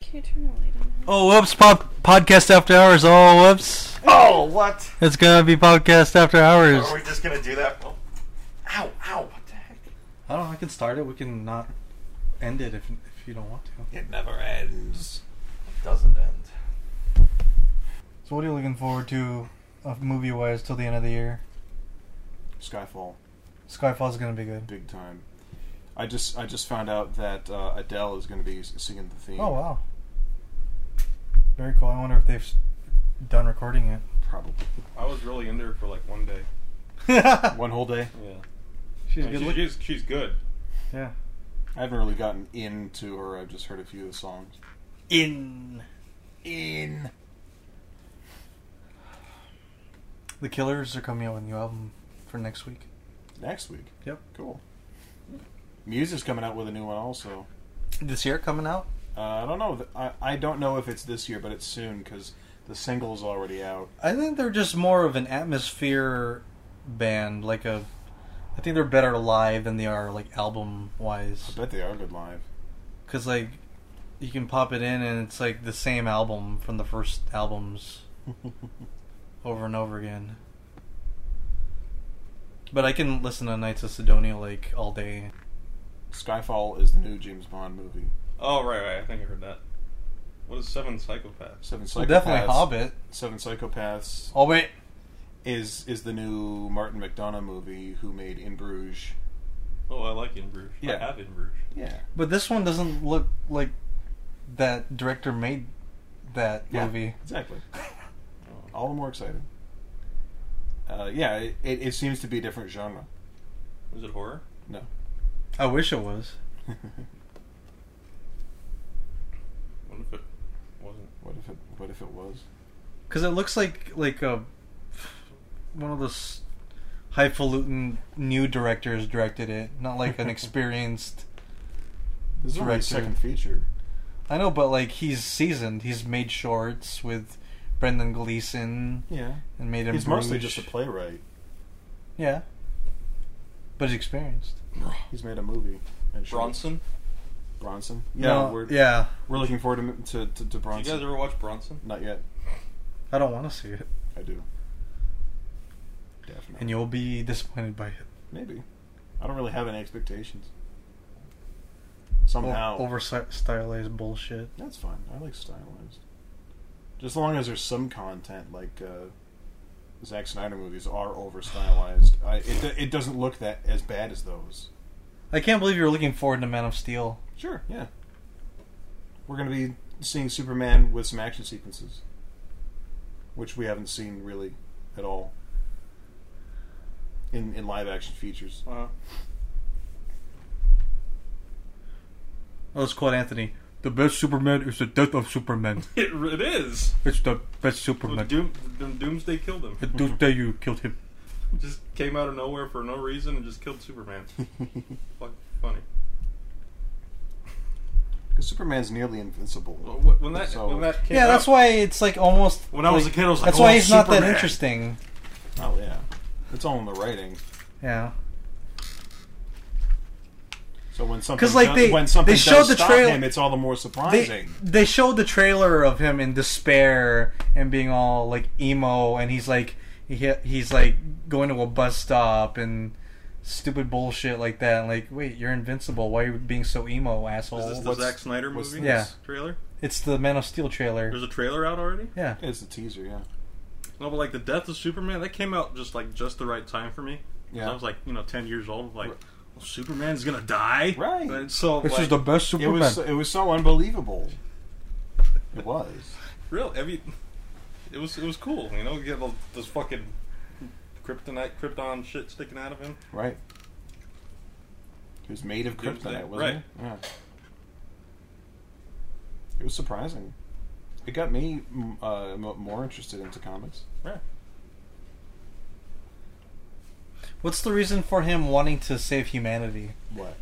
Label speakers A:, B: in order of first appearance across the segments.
A: can't turn the light on.
B: Oh, whoops! Pop podcast after hours. Oh, whoops!
C: Oh, what?
B: It's gonna be podcast after hours.
C: Are we just gonna do that? Oh. Ow, ow, what the heck?
B: I don't know. I can start it. We can not end it if if you don't want to.
C: It never ends. It doesn't end.
B: So, what are you looking forward to, movie wise, till the end of the year?
D: Skyfall,
B: Skyfall's gonna be good.
D: big time. I just I just found out that uh, Adele is going to be s- singing the theme.
B: Oh wow! Very cool. I wonder if they've s- done recording it.
D: Probably
E: I was really into her for like one day.
D: one whole day.
E: Yeah.
B: She's
E: Like,
B: good.
E: she's,
B: look-
E: she's, she's good.
B: yeah.
D: I haven't really gotten into her. I've just heard a few of the songs.
B: In
D: In
B: the Killers are coming out with a new album for next week.
D: next week.
B: Yep.
D: Cool. Muse's coming out with a new one also.
B: This year coming out.
D: Uh, I don't know. I, I don't know if it's this year, but it's soon because the single's already out.
B: I think they're just more of an atmosphere band, like a. I think they're better live than they are like album
D: I
B: wise,
D: bet they are good live.
B: because like you can pop it in and it's like the same album from the first albums over and over again. But I can listen to Knights of Sidonia like all day.
D: Skyfall is the new James Bond movie.
E: Oh right, right. I think I heard that. What is Seven Psychopaths?
D: Seven Psychopaths.
B: So definitely Hobbit.
D: Seven Psychopaths
B: Oh wait,
D: is is the new Martin McDonough movie who made In Bruges.
E: Oh, I like In Bruges. I
D: Yeah.
E: have In Bruges.
D: Yeah.
B: but this one doesn't look like that director made that movie.
D: Exactly.
E: Oh.
D: All the more excited. Uh, yeah, it, it, it seems to be a different genre.
E: Oh. Is it horror?
D: No.
B: I wish it was.
E: What if it wasn't?
D: what if it what if it was?
B: Because it looks like like a one of those highfalutin new directors directed it, not like an experienced.
D: This is only his
B: Director.
D: second feature.
B: I know, but like he's seasoned. He's made shorts with Brendan Gleeson
D: Yeah.
B: and made him.
D: He's mostly
B: Bruges.
D: just a playwright.
B: Yeah, but he's experienced.
D: He's made a movie. And short-
E: Bronson?
D: Bronson. Yeah,
B: No,
D: we're
B: yeah.
D: we're looking forward to to, to, to
E: Did you
D: Bronson.
E: guys ever watch Bronson?
D: Not yet.
B: I don't want to see it,
D: I do. Definitely.
B: and you'll be disappointed by it.
D: Maybe. I don't really have any expectations.
B: O-
D: Somehow.
B: oversi- stylized bullshit.
D: That's fine. I like stylized. Just as long as there's some content, like uh, Zack Snyder movies are over stylized. I, it, do- it doesn't look that as bad as those.
B: I can't believe you're looking forward to Man of Steel.
D: Sure, yeah. We're going to be seeing Superman with some action sequences, which we haven't seen really at all in, in live action features.
E: Uh,
B: Oh, let's quote Anthony. The best Superman is the death of Superman.
E: it, it is.
B: It's the best
E: Well,
B: Superman.
E: Doom, Doom- Doomsday killed him.
B: The day you killed him.
E: Just came out of nowhere for no reason and just killed Superman. Fuck, funny.
D: Because Superman's nearly invincible.
E: Well, wh- When that
D: So-
E: when that came
B: Yeah, that's
E: out-
B: why it's like almost.
E: When I was
B: like-
E: a kid, I was like,
B: that's why
E: "Oh,
B: he's not that
E: Superman."
B: interesting.
D: Oh, yeah. It's all in the writing.
B: Yeah,
D: So when something
B: 'Cause, like,
D: does-
B: they-
D: when something
B: they showed
D: does
B: the
D: stop
B: trail-
D: him, it's all the more
B: they
D: surprising.
B: they showed the trailer of him in despair and being all like emo, and he's like he, he's like going to a bus stop and stupid bullshit like that. And like, wait, you're invincible. Why are you being so emo, asshole?
E: Is this the
D: what's-
E: Zack Snyder
D: what's
E: movie?
B: this?
E: Trailer?
B: it's the Man of Steel trailer.
E: There's a trailer out already?
B: yeah,
D: It's the teaser, yeah.
E: No, but like the death of Superman, that came out just like just the right time for me. 'Cause
D: Yeah.
E: I was like, you know, ten years old. Like,
D: Right.
E: well, Superman's gonna die,
D: Right.
E: And so
B: this
E: like,
B: is the best
D: It
B: Superman.
D: was it was so unbelievable. It was.
E: real. I mean, it was it was cool. You know, you get all this fucking kryptonite, krypton shit sticking out of him.
D: Right. It was made of
E: Doomsday,
D: kryptonite, wasn't
E: right.
D: it? Yeah. It was surprising. It got me m- uh, m- more interested into comics.
E: Yeah.
B: What's the reason for him wanting to save humanity?
D: What?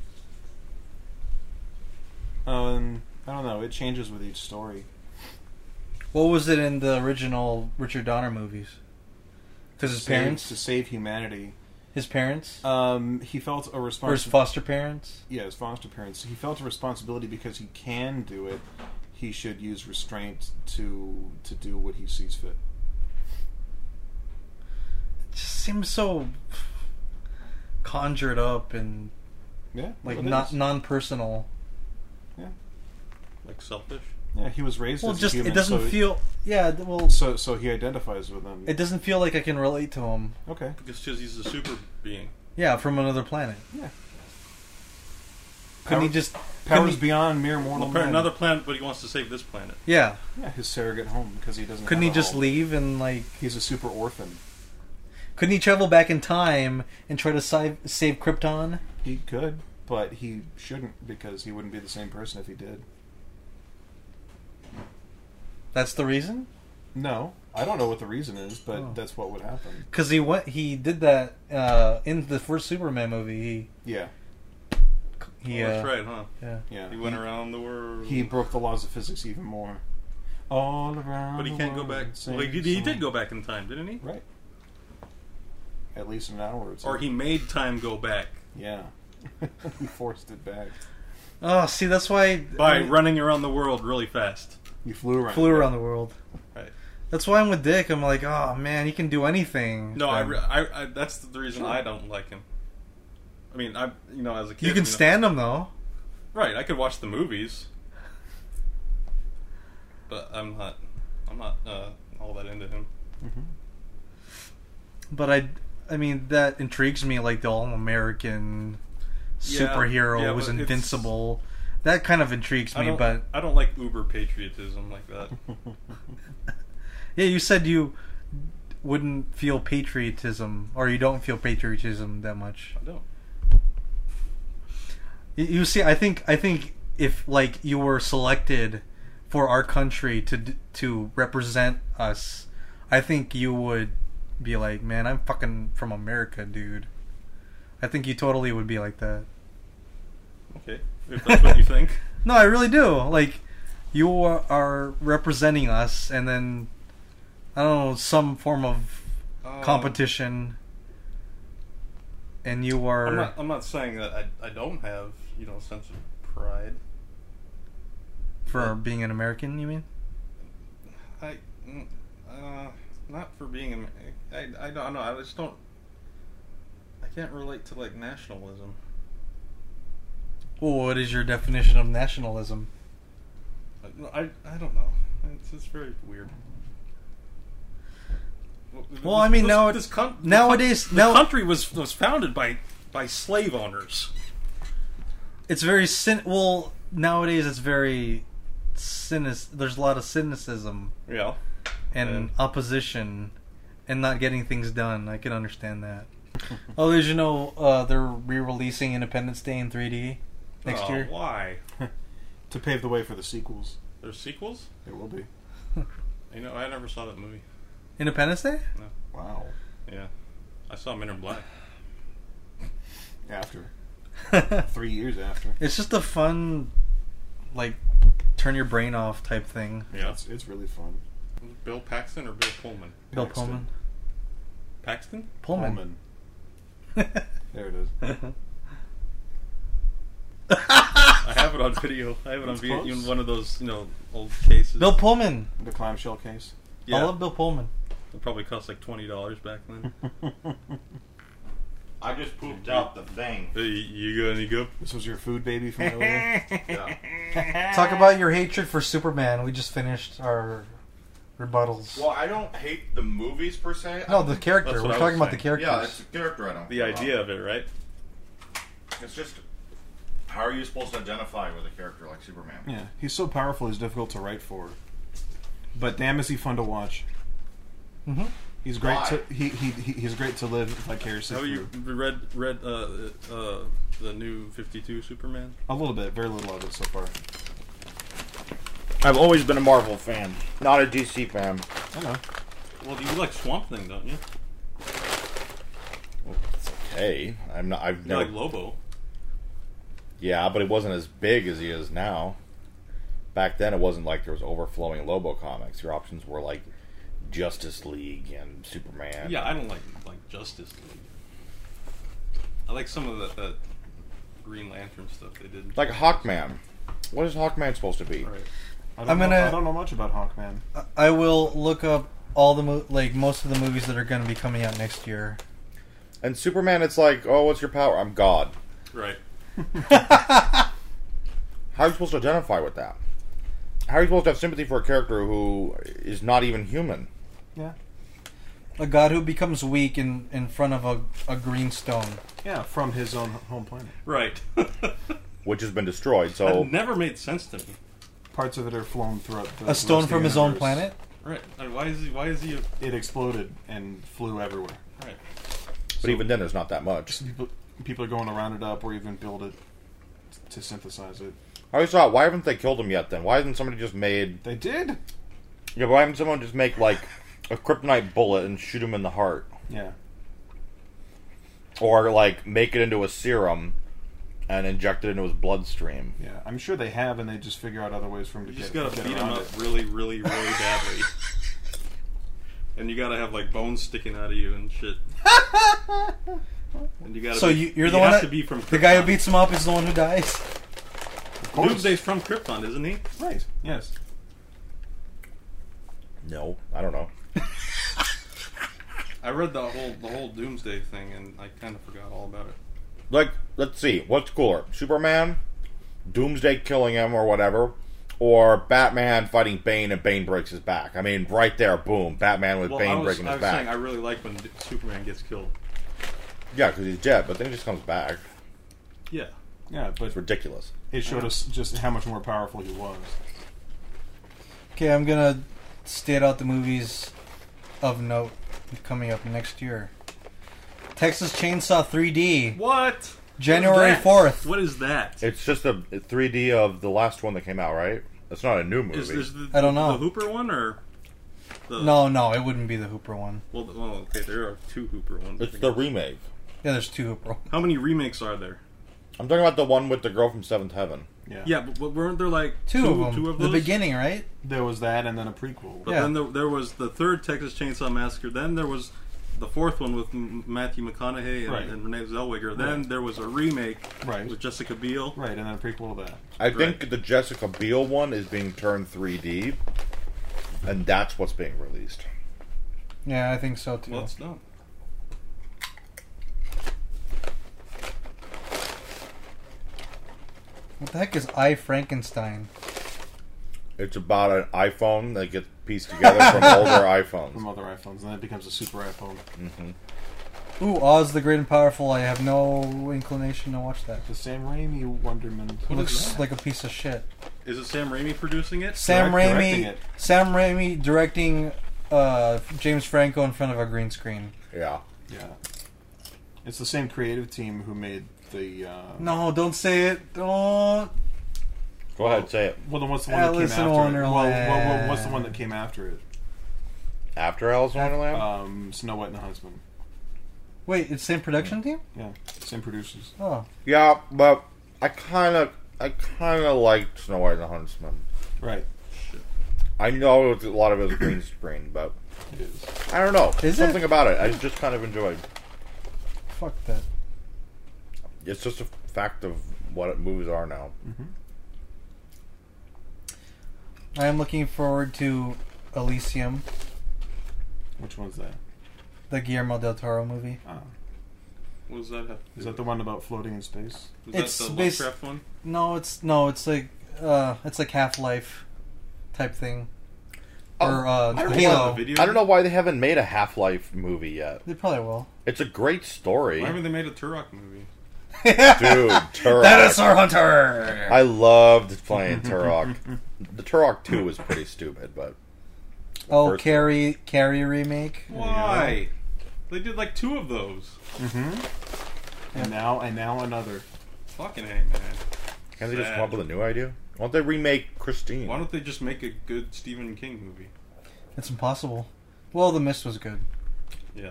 D: Um, I don't know. It changes with each story.
B: What was it in the original Richard Donner movies? Because his
D: to
B: parents,
D: save humanity.
B: his parents,
D: Um, he felt a
B: or his
D: responsibility.
B: foster parents.
D: yeah, his foster parents. He felt a responsibility because he can do it. he should use restraint to to do what he sees fit.
B: It just seems so conjured up and
D: Yeah,
B: like
D: it
B: not
D: is.
B: non-personal.
D: Yeah,
E: Like selfish.
D: yeah. He was raised
B: Well,
D: as
B: just
D: a human,
B: it doesn't
D: so he-
B: feel. Yeah, th- well,
D: so so he identifies with them.
B: it doesn't feel like I can relate to him.
D: Okay.
E: Because 'cause he's a super being.
B: Yeah, from another planet.
D: Yeah.
B: Couldn't he
D: Power-
B: just couldn't
D: Powers
B: he-
D: beyond mere mortal.
E: Well,
D: Oh, man.
E: another planet, but he wants to save this planet.
B: Yeah,
D: Yeah, his surrogate home because he doesn't.
B: couldn't he
D: have a
B: just
D: home.
B: leave and like?
D: He's a super orphan.
B: Couldn't he travel back in time and try to save save Krypton?
D: He could, but he shouldn't because he wouldn't be the same person if he did.
B: That's the reason.
D: No, I don't know what the reason is, but
B: Oh.
D: that's what would happen.
B: Because he went, he did that uh, in the first Superman movie.
D: Yeah,
B: He, he
E: Oh,
B: uh,
E: that's right, huh?
B: Yeah.
D: yeah.
E: He went around the world.
D: He broke the laws of physics even more. All around.
E: But he
D: the
E: can't go
D: world,
E: back.
D: sing
E: Well, he, he
D: song.
E: did go back in time, didn't he?
D: Right. At least an hour or two.
E: Or he made time go back
D: Yeah. he forced it back.
B: Oh, see, that's why
E: by
B: I
E: running around the world really fast.
D: He flew around.
B: flew around the world.
E: Right.
B: That's why I'm with Dick. I'm like, oh man, he can do anything.
E: No, I,
B: Um,
E: re- I, I that's the reason
D: Sure.
E: I don't like him. I mean, I you know as a kid
B: you can
E: know-
B: stand him though.
E: right. I could watch the movies, but I'm not. I'm not uh, all that into him.
D: hmm
B: But I, I mean, that intrigues me. Like the all-American
E: Yeah,
B: superhero
E: yeah,
B: was
E: but it's-
B: invincible. That kind of intrigues
E: I
B: me.
E: don't,
B: But
E: I don't like uber patriotism like that.
D: Mm-hmm.
B: yeah, you said you wouldn't feel patriotism, or you don't feel patriotism that much.
E: I don't.
B: You- You see, I think I think if like you were selected for our country to d- to represent us, I think you would be like, man, I'm fucking from America, dude. I think you totally would be like that.
E: Okay, if that's what you think.
B: No, I really do. Like, you are, are representing us, and then I don't know some form of
E: Um,
B: competition, and you are.
E: I'm not. I'm not saying that I, I don't have you know a sense of pride.
B: For being an American, you mean?
E: I, mm, uh, not for being. Am- I, I don't know. I just don't. I can't relate to like nationalism.
B: Well, what is your definition of nationalism?
E: I, I, I don't know. It's, it's very weird.
B: Well, I mean,
E: this,
B: now-
E: this coun- the
B: nowadays-
E: coun- the
B: now-
E: country was was founded by by slave owners.
B: It's very cyn. Well, nowadays it's very cynic. There's a lot of cynicism
E: Yeah,
B: and
E: And-
B: opposition, and not getting things done. I can understand that. oh, did you know uh, they're re-releasing Independence Day in 3D next
E: Oh,
B: year?
E: Why?
D: to pave the way for the sequels.
E: There's sequels.
D: There will be.
E: You know, I never saw that movie.
B: Independence Day?
E: No.
D: Wow.
E: Yeah, I saw Men in Black.
D: After. Three years after.
B: it's just a fun, like, turn your brain off type thing.
E: Yeah,
D: It's, it's really fun.
E: Bill Paxton or Bill Pullman?
B: Bill
D: Paxton.
E: Paxton?
B: Pullman. Pullman.
D: There it is.
E: I have it on video. I have it on
D: That's
E: video
D: close.
E: in one of those, you know, old cases.
B: Bill Pullman.
D: The clamshell case.
E: Yeah,
B: I love Bill Pullman.
E: it probably cost like twenty dollars back then.
C: I just pooped out the thing.
E: Hey, you got any go?
D: this was your food baby from earlier.
B: Talk about your hatred for Superman. We just finished our rebuttals.
C: Well, I don't hate the movies per se.
B: No,
C: I-
B: the character.
E: That's
B: We're
E: what I
B: talking
E: was
B: about the
E: saying.
B: characters.
C: yeah, it's the character I don't.
E: The
C: care about.
E: idea of it, right?
C: It's just how are you supposed to identify with a character like Superman?
D: yeah, he's so powerful. He's difficult to write for. But damn, is he fun to watch?
B: hmm
D: He's great.
C: Why?
D: To, he, he he he's great to live vicariously.
E: Have you
D: through.
E: read read uh, uh, the new Fifty Two Superman?
D: A little bit, very little of it so far.
C: I've always been a Marvel fan, not a DC fan.
D: I know.
E: Well, you like Swamp Thing, don't you?
C: Hey, I'm not. I've
E: You
C: never.
E: like Lobo.
C: Yeah, but it wasn't as big as he is now. Back then, it wasn't like there was overflowing Lobo comics. Your options were like Justice League and Superman.
E: Yeah, I don't like like Justice League. I like some of the, that Green Lantern stuff they did.
C: like Hawkman. What is Hawkman supposed to be?
E: Right.
D: I don't
B: I'm
D: know,
B: gonna-
D: I don't know much about Hawkman.
B: I- I will look up all the mo- like most of the movies that are going to be coming out next year.
C: And Superman, it's like, oh, what's your power? I'm God.
E: Right.
C: How are you supposed to identify with that? How are you supposed to have sympathy for a character who is not even human?
D: Yeah.
B: A god who becomes weak in in front of a a green stone.
D: Yeah, from his own home planet.
E: Right.
C: Which has been destroyed, so.
E: That never made sense to me.
D: Parts of it are flown throughout the
B: A stone
D: rest of the
B: from his own
D: universe.
B: planet.
E: Right. And why is he? Why is he? A,
D: It exploded and flew everywhere.
E: right.
C: but even then, there's not that much.
D: People, people are going to round it up or even build it to synthesize it.
C: I always thought, why haven't they killed him yet then? Why hasn't somebody just made.
D: They did.
C: Yeah, why haven't someone just make, like, a kryptonite bullet and shoot him in the heart?
D: Yeah.
C: Or, like, make it into a serum and inject it into his bloodstream.
D: Yeah, I'm sure they have, and they just figure out other ways for him to
E: You
D: get.
E: just gotta
D: get
E: beat him
D: around
E: up
D: it.
E: really, really, really badly. And you gotta have like bones sticking out of you and shit. and you gotta.
B: So
E: be,
B: you, you're the one
E: have
B: that
E: to be from Krypton.
B: the guy who beats him up is the one who dies.
D: Of course.
E: Doomsday's from Krypton, isn't he?
D: Right. Yes.
C: No, I don't know.
E: I read the whole the whole Doomsday thing and I kind of forgot all about it.
C: like let's see what's cooler superman doomsday killing him or whatever or batman fighting bane and bane breaks his back i mean right there boom batman with
E: Well, I
C: bane
E: was,
C: breaking
E: I
C: his
E: was
C: back
E: saying I really like when D- Superman gets killed.
C: yeah because he's dead but then he just comes back
E: Yeah.
D: Yeah, but
C: it's ridiculous
D: it showed us just how much more powerful he was.
B: Okay, I'm gonna state out the movies of note coming up next year. Texas Chainsaw 3D,
E: What?
B: January
E: That-
B: 4th.
E: What is that?
C: it's just a 3d of the last one that came out right it's not a new movie
E: Is this the,
B: I don't know.
E: the Hooper one or the
B: No, no, it wouldn't be the Hooper one.
E: Well, the- well, okay, there are two Hooper ones. I
C: it's
E: think.
C: the remake
B: Yeah, there's two Hooper. ones.
E: How many remakes are there?
C: i'm talking about the one with the girl from seventh heaven
D: Yeah.
E: Yeah, but, but weren't there like
B: Two, of them.
E: Two of
B: the
E: those?
B: beginning, right?
D: There was that, and then a prequel.
E: But
B: Yeah.
E: then there, there was the third Texas Chainsaw Massacre. Then there was the fourth one with M- Matthew McConaughey and,
D: Right.
E: and Renee Zellweger. Then
D: Right.
E: there was a remake
D: Right.
E: with Jessica Biel.
D: Right, and then a prequel to that.
C: i
E: Right.
C: think the jessica biel one is being turned 3d and that's what's being released
B: Yeah, I think so too.
E: Well, it's done.
B: What the heck is I Frankenstein?
C: It's about an iPhone that gets pieced together from older
D: From
C: iPhones.
D: other iPhones, and then it becomes a super iPhone.
B: Ooh, Oz the Great and Powerful. I have no inclination to watch that.
D: The Sam Raimi Wonderman.
B: It
E: is
B: looks
E: that?
B: like a piece of shit.
E: Is it Sam Raimi producing it?
B: Sam
D: Direct- directing
B: Raimi.
D: it.
B: Sam Raimi directing uh, James Franco in front of a green screen.
C: Yeah.
D: Yeah. It's the same creative team who made the. Uh,
B: No, don't say it. Don't.
C: Go ahead, say it.
D: Well, then what's the one that
B: Alice in
D: came after it? Well, well, well,
B: Wonderland.
D: what's the one that came after it?
C: After Alice in Wonderland?
B: Uh,
D: Um, Snow White and the Huntsman.
B: Wait, it's same production team?
D: Yeah, same producers.
B: Oh,
C: yeah, but I kind of, I kind of liked Snow White and the Huntsman.
D: Right.
C: I know it's a lot of it was green screen, but
D: It is.
C: I don't know.
B: Is
C: Something
B: it?
C: about it, I just kind of enjoyed.
B: fuck that.
C: It's just a fact of what movies are now.
D: Mm-hmm.
B: I am looking forward to Elysium,
D: Which one's that?
B: the Guillermo del Toro movie.
D: Oh.
E: What does that have?
D: Is that the one about floating in space?
E: Is
B: It's
E: that the
B: based-
E: Lovecraft one?
B: No, it's no, it's like uh, it's like Half Life type thing, or
C: Oh,
B: uh,
C: I don't
E: Is
B: Halo.
E: that the video?
C: I don't know why they haven't made a Half Life movie yet.
B: They probably will.
C: It's a great story,
E: Why haven't
C: dude.
E: they made a Turok movie?
C: Turok.
B: Dinosaur Hunter.
C: I loved playing Turok. the Turok Two was pretty stupid, but
B: oh,
C: first
B: Carrie, Carrie remake.
E: Why? They did like two of those.
D: Mm-hmm. And now, and now another.
E: Fucking A, man.
C: Can't they just
E: Sad.
C: come up with a new idea? Why don't they remake Christine?
E: Why don't they just make a good Stephen King movie?
B: It's impossible. Well, The Mist was good.
E: Yeah.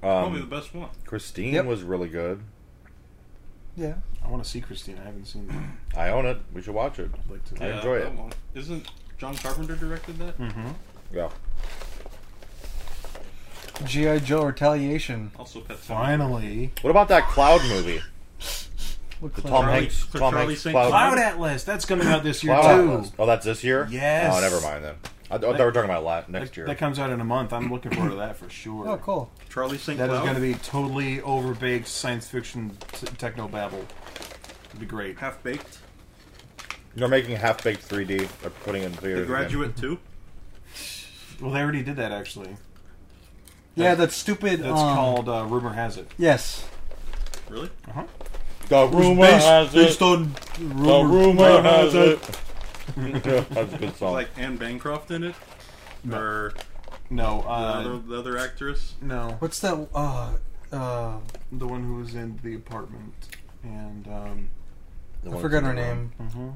E: Probably the
C: um,
E: best one.
C: Christine
B: Yep.
C: was really good.
B: Yeah.
D: I want to see Christine. I haven't seen that.
C: I own it. We should watch it.
D: I'd like to.
C: I enjoy
E: that
C: it.
E: one. Isn't John Carpenter directed that?
D: Mm-hmm.
C: Yeah.
B: GI Joe Retaliation.
E: Also, Pet Sematary.
D: Finally.
C: What about that Cloud movie?
B: What
C: The
B: Cloud
C: Tom
E: Charlie-
C: Hanks,
E: so
C: Tom
E: Charlie
C: Hanks,
E: St.
C: Cloud,
D: Cloud Atlas. That's coming out this year
C: Cloud
D: too.
C: Atlas. Oh, that's this year.
D: Yes.
C: Oh, never mind then. I, I thought we were talking about la- next
D: That-
C: year.
D: That comes out in a month. I'm looking forward to that for sure.
B: Oh, cool.
E: Charlie St.
D: That is
E: Cloud.
D: going to be totally overbaked science fiction t- techno babble. It'll be great.
E: half baked.
C: They're making half baked 3D. They're putting in theaters.
E: The
C: again.
E: Graduate too.
D: Well, they already did that actually.
B: Yeah, that's stupid.
D: That's
B: um,
D: called uh, Rumor Has It.
B: Yes.
E: Really?
C: The rumor has it.
B: on
C: The
B: rumor.
C: rumor has it. That's a
B: Oh.
C: good song.
E: Like Anne Bancroft in it, or
D: No,
E: the,
D: uh,
E: other, the other actress.
D: no,
B: What's that? Uh, uh,
D: the one who was in the apartment and um,
C: The
B: I
C: one
B: forgot
C: that's
B: her
C: in the
B: name.
D: mhm.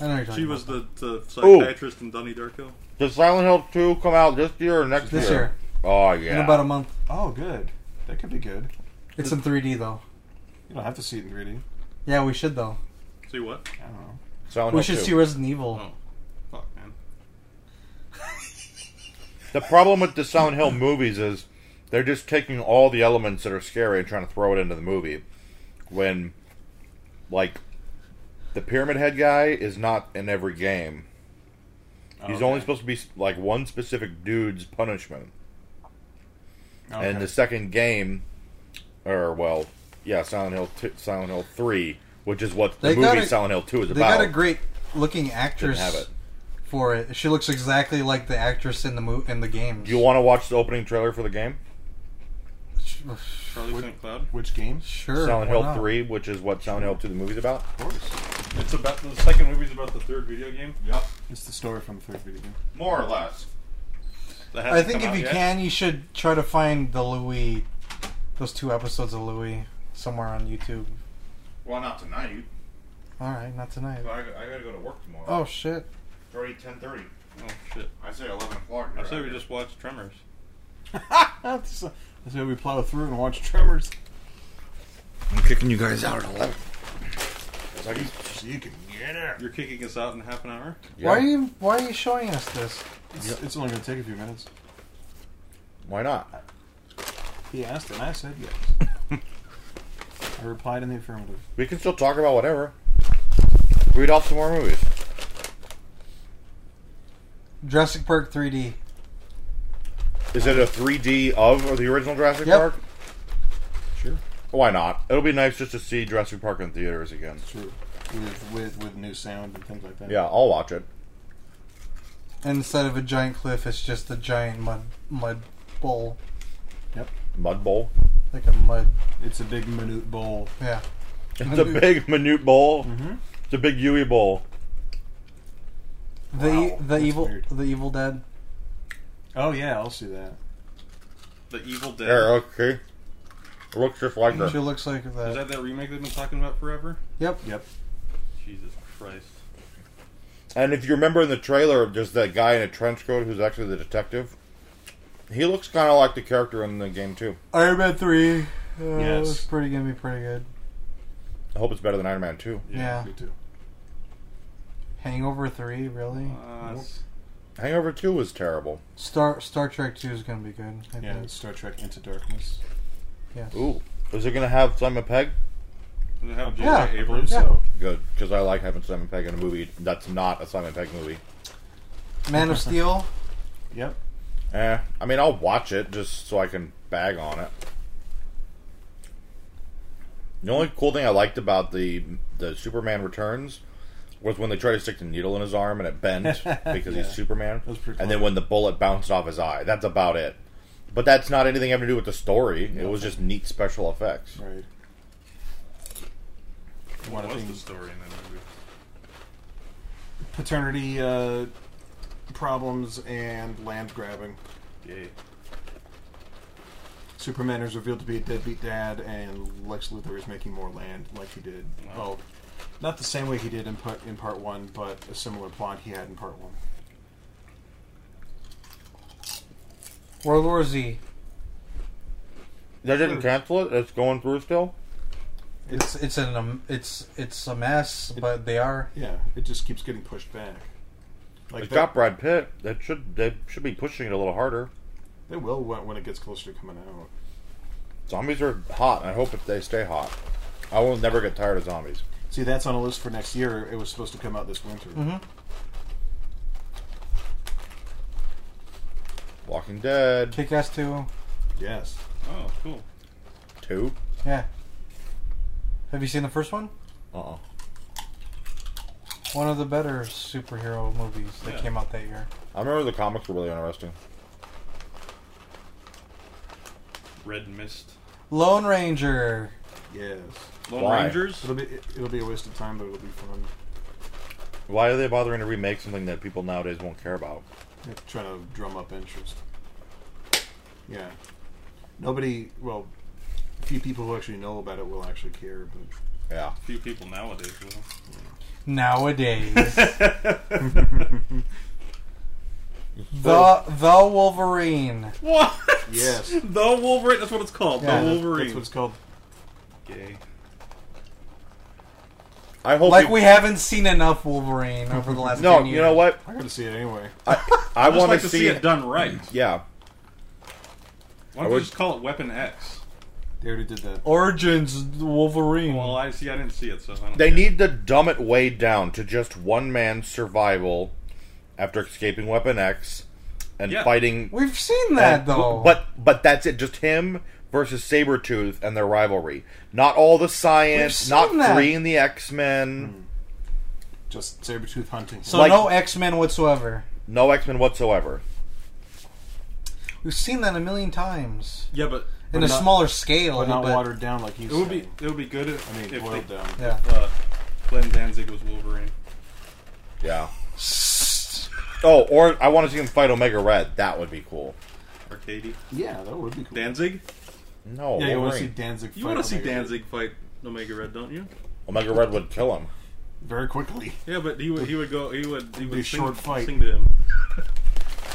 B: I know who you're talking
E: She was
B: about.
E: the, the psychiatrist in Donnie Darko.
C: Does Silent Hill 2 come out this year or next
B: this
C: year?
B: year
C: Oh, yeah.
B: in about a month.
D: oh, good. That could be good.
B: It's in 3D though.
D: You don't have to see it in 3D.
B: Yeah, we should though.
E: See what?
D: I don't know.
C: Silent
B: We
C: Hill
B: should
C: 2.
B: see Resident
C: Mm.
B: Evil.
E: Oh, fuck, man.
C: The problem with the Silent Hill movies is they're just taking all the elements that are scary and trying to throw it into the movie. When, like, the Pyramid Head guy is not in every game. He's only supposed to be like one specific dude's punishment.
D: Okay.
C: And the second game, or well, yeah, Silent Hill, t- Silent Hill Three, which is what the
B: They got
C: movie
B: a-
C: Silent Hill Two is
B: They
C: about.
B: got a great looking actress
C: Didn't have it.
B: for it. She looks exactly like the actress in the mo- in the games.
C: Do you want to watch the opening trailer for the game?
E: Charlie St. Cloud.
D: Which game?
B: Sure.
C: Silent
B: why
C: Hill
B: not?
C: Three, which is what Silent Hill Two the movie's about.
D: Of course.
E: It's about the second movie's about the third video game. Yep,
D: It's the story from the third video game.
C: More or less.
B: I think if you can, you should try to find the Louis, those two episodes of Louis, somewhere on YouTube.
C: Well, not tonight.
B: All right, not tonight.
C: I, gotta go to work tomorrow.
B: Oh shit!
C: It's already ten thirty.
E: Oh shit!
C: I say eleven o'clock.
E: I say we just watch Tremors.
D: That's, that's how we plow through and watch Tremors.
C: I'm kicking you guys out at eleven.
D: So you can get it.
E: You're kicking us out in half an hour.
B: Why are you Why are you showing us this?
D: It's, it's only going to take a few minutes.
C: Why not?
D: He asked and I said yes. I replied in the affirmative.
C: We can still talk about whatever. Read off some more movies.
B: Jurassic Park 3D.
C: Is it a 3D of or the original Jurassic
B: Yep.
C: Park?
D: Sure.
C: Why not? It'll be nice just to see Jurassic Park in theaters again.
D: True. With with with new sound and things like that.
C: Yeah, I'll watch it.
B: And instead of a giant cliff, it's just a giant mud mud bowl,
C: Mud Bowl.
B: like a mud.
D: It's a big minute bowl.
B: Yeah.
C: It's a big minute bowl.
D: Mhm.
C: It's a big Yui bowl.
B: The e,
C: Wow,
B: the
D: that's
B: evil
D: weird.
B: the Evil Dead.
D: Oh yeah, I'll see that.
E: The Evil Dead.
C: There, okay. It looks just like
B: She
C: that.
B: looks like
E: Is
B: that.
E: that that remake they've been talking about forever?
B: Yep.
D: Yep.
E: Jesus Christ!
C: And if you remember in the trailer, there's that guy in a trench coat who's actually the detective. He looks kind of like the character in the game too.
B: Iron Man 3. Uh,
D: Yes.
B: yes. It's pretty gonna be pretty good.
C: I hope it's better than Iron Man 2.
B: Yeah.
D: Me too.
B: Hangover 3, really?
E: Uh, s-
C: Hangover 2 was terrible.
B: Star Star Trek 2 is gonna be good. I
D: Yeah.
B: think.
D: Star Trek Into Darkness.
B: Yes.
C: Ooh. Is it going to have Simon Pegg?
E: does it have J.J.
B: Yeah.
D: I believe
E: Abrams?
D: so.
C: Good, because I like having Simon Pegg in a movie that's not a Simon Pegg movie.
B: Man of Steel.
D: Yep.
C: Eh, I mean, I'll watch it just so I can bag on it. The only cool thing I liked about the the Superman Returns was when they tried to stick the needle in his arm and it bent because
D: Yeah.
C: he's Superman.
D: That was pretty
C: and then
D: clever.
C: when the bullet bounced off his eye, that's about it. But that's not anything having to do with the story. It was just neat special effects.
D: Right. One
E: What
D: of
E: was the
D: things.
E: story in that movie?
D: Paternity uh, problems and land grabbing.
E: Yay!
D: Superman is revealed to be a deadbeat dad, and Lex Luthor is making more land like he did.
E: Wow.
D: Well, not the same way he did in part, in part one, but a similar plot he had in part one.
B: World War Z.
C: They didn't cancel it. It's going through still.
B: It's it's an um, it's it's a mess, but they are.
D: Yeah, it just keeps getting pushed back. Like
C: It's
D: they,
C: got Brad Pitt. That should they should be pushing it a little harder.
D: they will when, when it gets closer to coming out.
C: Zombies are hot, and I hope that they stay hot. I will never get tired of zombies.
D: See, that's on a list for next year. It was supposed to come out this winter.
B: Mm. Mm-hmm.
C: Walking Dead
B: Kick Ass Two.
D: Yes.
E: Oh, cool.
C: two.
B: Yeah. Have you seen the first one?
C: Uh uh
B: One of the better superhero movies that
E: Yeah.
B: came out that year.
C: I remember the comics were really interesting.
E: Red Mist.
B: Lone Ranger.
D: Yes.
E: Lone
C: Why?
E: Rangers?
D: It'll be it- it'll be a waste of time, but it'll be fun.
C: Why are they bothering to remake something that people nowadays won't care about?
D: Yeah, Trying to drum up interest. Yeah. Nobody. Well, few people who actually know about it will actually care. But
C: Yeah.
E: Few people nowadays will.
B: Nowadays, the the Wolverine.
E: what?
D: Yes.
E: The Wolverine. That's what it's called.
B: Yeah,
E: the
B: that's-
E: Wolverine.
D: that's what it's called.
E: Gay.
C: I hope
B: Like
C: you-
B: we haven't seen enough Wolverine over the last.
C: No,
B: 10 years.
C: you know what?
D: I'm gonna see it anyway.
C: I
E: I'd just
C: want
E: like
C: to
E: to
C: see,
E: it, done right.
C: Yeah.
E: Why
C: I
E: don't
C: would-
E: we just call it Weapon X?
D: They already did that.
B: Origins Wolverine.
E: Well, I see. I didn't see it, so I don't
C: They
E: care.
C: need to dumb it way down to just one man's survival after escaping Weapon X and
E: Yeah.
C: fighting
B: We've seen that though.
C: But but that's it. Just him versus Sabretooth and their rivalry. Not all the science,
B: We've
C: not
B: seen that.
C: freeing the X Men.
D: Just Sabretooth hunting.
B: so
C: like-
B: no X Men whatsoever.
C: No X Men whatsoever.
B: We've seen that a million times
E: Yeah, but
B: in
D: But
B: a
D: not-
B: smaller scale.
D: but not
B: but-
D: watered down like he's.
E: it would be it would be good if
D: I mean,
E: if
D: boiled
E: they,
D: down.
B: Yeah.
E: uh, Glenn Danzig was Wolverine.
C: Yeah. Oh, or I want to see him fight Omega Red. That would be cool.
E: Or Katie.
D: Yeah, that would be cool.
E: Danzig?
C: No,
D: yeah, you want to see
C: Wolverine.
D: Danzig?
E: You
D: fight
E: want to see
D: Omega
E: Danzig fight Omega Red, don't you?
C: Omega Red would kill him.
D: very quickly.
E: Yeah, but he would he would go he would he
D: Be a
E: would sing,
D: short fight.
E: sing to him.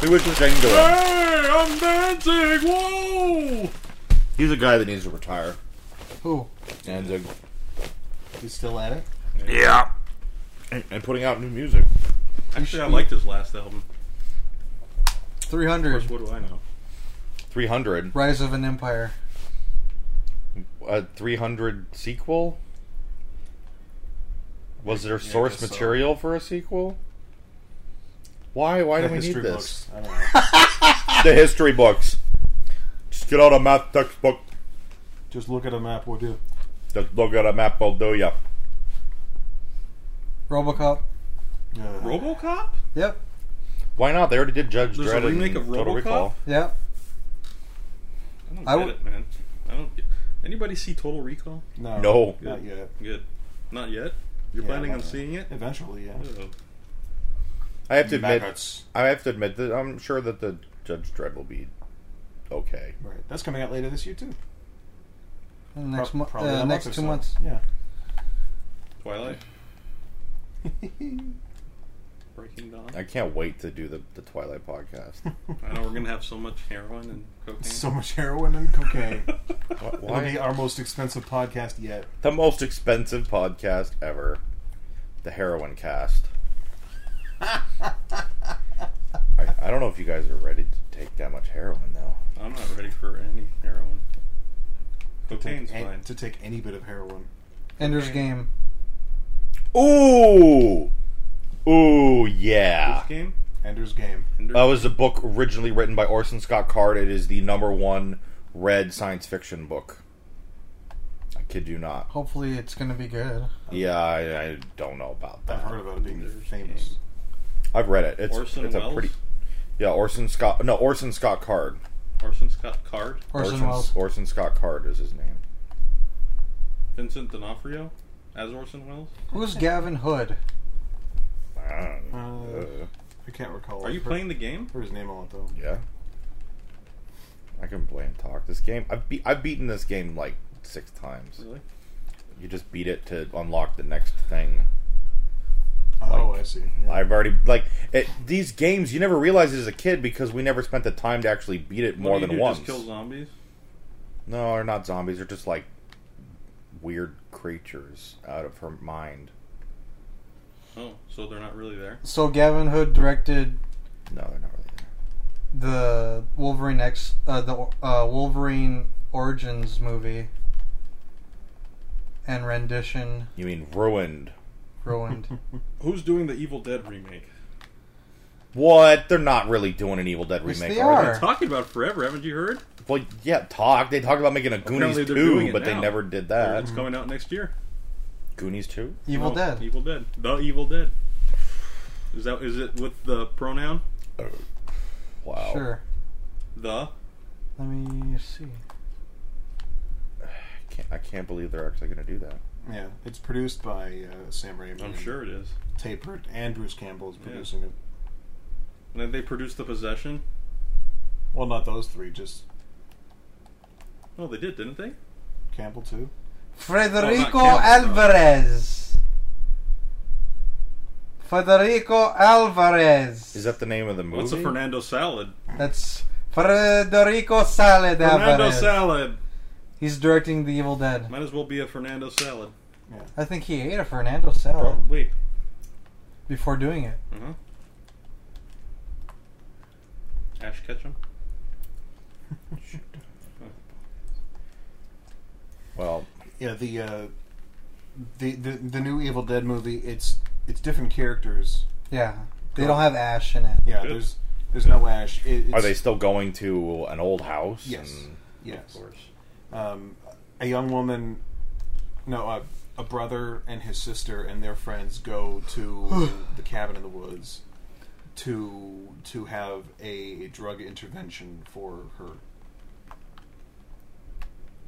C: He would sing to him.
E: Hey, I'm Danzig! Whoa!
C: He's a guy that needs to retire. uh,
B: Who?
C: Danzig.
D: He's still at it.
C: Yeah. And, and putting out new music.
E: Actually, I liked his last album.
B: Three
E: Of course,
B: hundred.
E: what do I know?
C: 300.
B: Rise of an Empire.
C: A 300 sequel? Was there
D: guess
C: source
D: so.
C: material for a sequel? Why? Why do
D: The
C: we need
D: history
C: this?
D: books. I don't know.
C: The history books. Just get out a math textbook.
D: Just look at a map. We'll do.
C: Just look at a map, will do ya.
B: RoboCop.
D: Uh,
E: RoboCop?
B: Yep.
C: Why not? They already did Judge
E: There's a
C: Dredd
E: remake
C: and
E: of
C: Total
E: RoboCop?
C: Recall.
B: Yep.
E: I don't
B: I
E: get
B: w-
E: it, man. I don't. Get, anybody see Total Recall?
D: No,
C: No.
D: not yet.
E: Good. Not yet. You're
D: Yeah,
E: planning
D: not
E: on
D: yet.
E: seeing it?
D: Eventually, yeah.
E: Oh.
C: I have to admit,
D: Maggots.
C: I have to admit that I'm sure that the Judge Dredd will be okay.
D: Right, that's coming out later this year too.
B: In the Next
D: Pro-
B: month.
D: probably in
B: Uh,
D: a month
B: next
D: or
B: two
D: so.
B: months.
D: Yeah.
E: Twilight. Breaking Dawn.
C: I can't wait to do the, the Twilight podcast.
E: I know we're gonna have so much heroin and cocaine.
D: so much heroin and cocaine.
C: Wh-
D: It'll be
C: Why?
D: our most expensive podcast yet.
C: The most expensive podcast ever. The Heroin Cast. I, I don't know if you guys are ready to take that much heroin, though.
E: I'm not ready for any heroin. Cocaine's
D: to, take,
E: fine.
D: to take any bit of heroin.
B: Ender's
E: Okay.
B: Game.
C: Ooh! Ooh, yeah.
E: This game?
D: Ender's Game.
E: Ender-
C: That was a book originally written by Orson Scott Card. It is the number one read science fiction book. I kid you not.
B: Hopefully, it's gonna be good.
C: Yeah, I, I don't know about that.
D: I've heard about it being
E: Ender's
D: famous.
E: Game.
C: I've read it. It's,
E: Orson
C: it's
E: Welles?
C: a pretty yeah. Orson Scott no Orson Scott Card.
E: Orson Scott Card?
B: Orson Welles.
C: Orson Scott Card is his name.
E: Vincent D'Onofrio? As Orson Welles?
B: Who's Gavin Hood?
C: I don't know.
D: Uh, I can't recall.
E: Are you
D: I've heard-
E: playing the game?
D: Heard his name on it though.
C: yeah, I can play and talk this game. I've be- I've beaten this game like six times.
E: Really?
C: You just beat it to unlock the next thing.
D: Oh, I see. Yeah.
C: I've already like it, these games. You never realize it as a kid because we never spent the time to actually beat it more
E: What do you
C: than
E: do,
C: once.
E: Just kill zombies?
C: No, they're not zombies. They're just like weird creatures out of her mind.
E: Oh, so they're not really there?
B: So Gavin Hood directed
C: No, they're not really. There.
B: the Wolverine X, uh, the uh, Wolverine Origins movie. and rendition
C: You mean ruined?
B: ruined.
E: Who's doing the Evil Dead remake?
C: What? They're not really doing an Evil Dead
B: Yes,
C: remake.
B: they
C: are
B: are. Sure.
E: Talking about forever, haven't you heard?
C: they? Well, yeah, talk. They talked about making a
E: Apparently
C: Goonies
E: they're doing
C: two,
E: it
C: but they
E: now.
C: never did
E: Or
C: that.
E: It's coming out next year.
C: Goonies two.
B: Evil
E: No,
B: Dead.
E: Oh, Evil Dead. The Evil Dead. Is that is it with the pronoun
C: Wow.
B: Sure.
E: the?
B: Let me see.
C: I can't, I can't believe they're actually going to do that.
D: Yeah, it's produced by uh, Sam Raimi.
E: I'm
D: and
E: sure it is.
D: Tapert and Bruce Campbell is
E: Yeah.
D: producing it.
E: And then they produced the possession.
D: Well, not those three, just
E: Oh, they did, didn't they?
D: Campbell too.
B: Federico
E: Campbell, no.
B: Alvarez. Federico Alvarez.
C: Is that the name of the movie?
E: What's a Fernando salad?
B: That's Federico Salad
E: Fernando
B: Alvarez.
E: salad.
B: He's directing The Evil Dead.
E: Might as well be a Fernando salad.
B: I think he ate a Fernando
C: Oh.
B: salad
E: Probably.
B: before doing it.
E: Uh-huh. Ash Ketchum.
C: Well,
D: Yeah, the uh, the, the the new Evil Dead movie. It's it's different characters.
B: Yeah. They
D: Cool.
B: don't have Ash in it.
D: Yeah,
E: Good.
D: there's there's no Ash. It, it's,
C: are they still going to an old house?
D: Yes.
C: And,
D: Yes.
E: Of course.
D: um, a young woman, no, a, a brother and his sister and their friends go to the cabin in the woods to to have a drug intervention for her.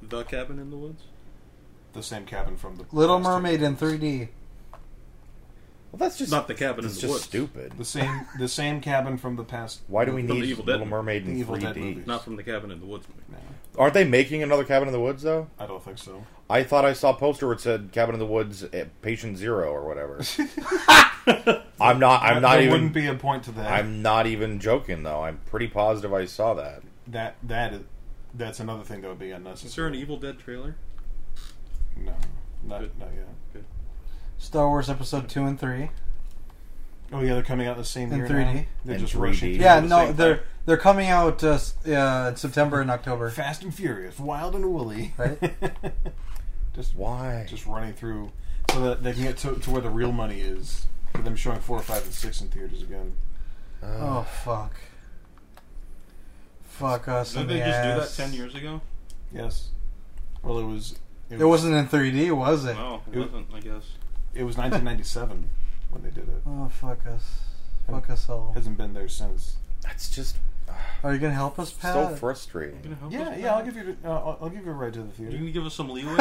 E: The cabin in the woods.
D: The same cabin from the
B: Little
D: last two
B: Mermaid in 3D.
D: movies.
C: well, that's just
E: Not the cabin in
C: That's
E: the
C: just
E: woods.
C: stupid.
D: The same the same cabin from the past.
C: Why do we
E: From the
C: need
E: Evil Dead
C: Little Mermaid
D: The
C: in
D: Evil Dead
C: 3D?
D: movies.
E: Not from the cabin in the woods movie.
D: No,
C: Aren't they making another Cabin in the Woods though?
D: I don't think so.
C: I thought I saw a poster where it said Cabin in the Woods at Patient Zero or whatever. I'm not. I'm not
D: there
C: even.
D: Wouldn't be a point to that.
C: I'm not even joking though. I'm pretty positive I saw that.
D: That that is that's another thing that would be
E: Is there
D: unnecessary.
E: an Evil Dead trailer?
C: e-
D: No, not
E: Good.
D: not yet.
B: Star Wars Episode 2 and 3.
D: Oh yeah, they're coming out the same
B: In
D: year
B: 3D?
D: now. They're
C: In
D: just
C: 3D.
D: rushing. through
B: Yeah,
D: the
B: no,
D: same
B: they're
D: thing.
B: they're coming out uh, s- uh, in September and October.
D: Fast and Furious, Wild and Woolly.
B: Right.
D: just
C: Why?
D: just running through so that they can get to, to where the real money is for them showing four, five, and six in theaters again.
B: Oh fuck! Fuck us in
E: Didn't they
B: the
E: just
B: ass.
E: do that ten years ago?
D: Yes. Well, it was. It,
B: It wasn't in 3D, was it?
E: No, it
D: It-
E: wasn't. I guess.
D: It was 1997 when they did it.
B: Oh fuck us! Fuck us all!
D: Hasn't been there since.
C: That's just
B: Are you gonna help us,
C: so
B: Pat?
E: You gonna
C: frustrating.
E: help
D: Yeah,
E: us
D: yeah. I'll
E: with
D: give you. Uh, I'll, I'll give you a ride to the
E: that? You
D: theater.
E: gonna give us some leeway?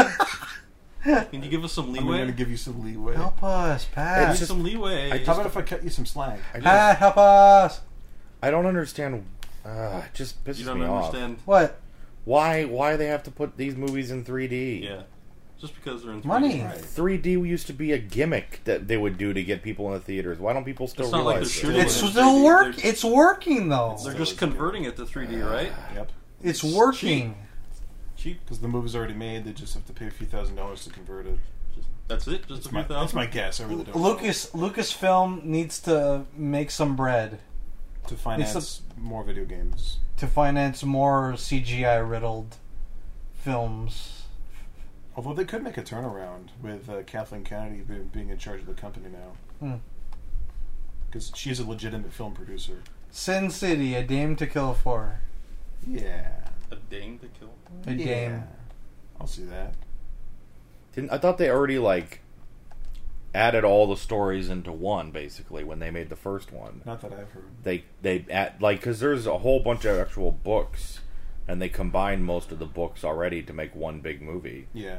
E: Can you give us some
D: I'm
E: leeway?
D: going to give you some leeway.
B: help us, Pat!
C: It's
E: Give us some leeway.
C: I
D: How about if I cut you some slack?
C: I, just,
B: Pat, help us!
C: I don't understand. Uh, it just pisses
E: you don't
C: me off.
E: understand.
B: What?
C: Why? Why they have to put these movies in 3D?
E: Yeah, just because they're in 3D.
B: Money.
D: Right.
C: 3D used to be a gimmick that they would do to get people in the theaters. Why don't people still
E: It's not like
C: realize
E: they're
C: this?
E: shooting
B: It's
E: in
B: still
E: 3D,
B: work.
E: there's-
B: It's working though.
E: They're just converting it to 3D, right?
D: Yep.
B: It's working.
E: Cheap.
D: Because the movie's already made, they just have to pay a few thousand dollars to convert it.
E: Just, that's it. Just a
D: That's
E: few
D: my, that's
E: thousand.
D: my guess. I really don't. know.
B: Lucas Lucasfilm needs to make some bread
D: to finance more video games.
B: to finance more CGI riddled films.
D: Although they could make a turnaround with uh, Kathleen Kennedy be- being in charge of the company
B: Hmm.
D: now, because she's a legitimate film producer.
B: Sin City, A Dame to Kill For.
D: Yeah,
E: a ding to kill.
B: A
D: yeah.
B: Dame.
D: I'll see that.
C: Didn't, I thought they already like added all the stories into one basically when they made the first one.
D: Not that I've heard.
C: They they add like because there's a whole bunch of actual books, and they combine most of the books already to make one big movie.
D: Yeah,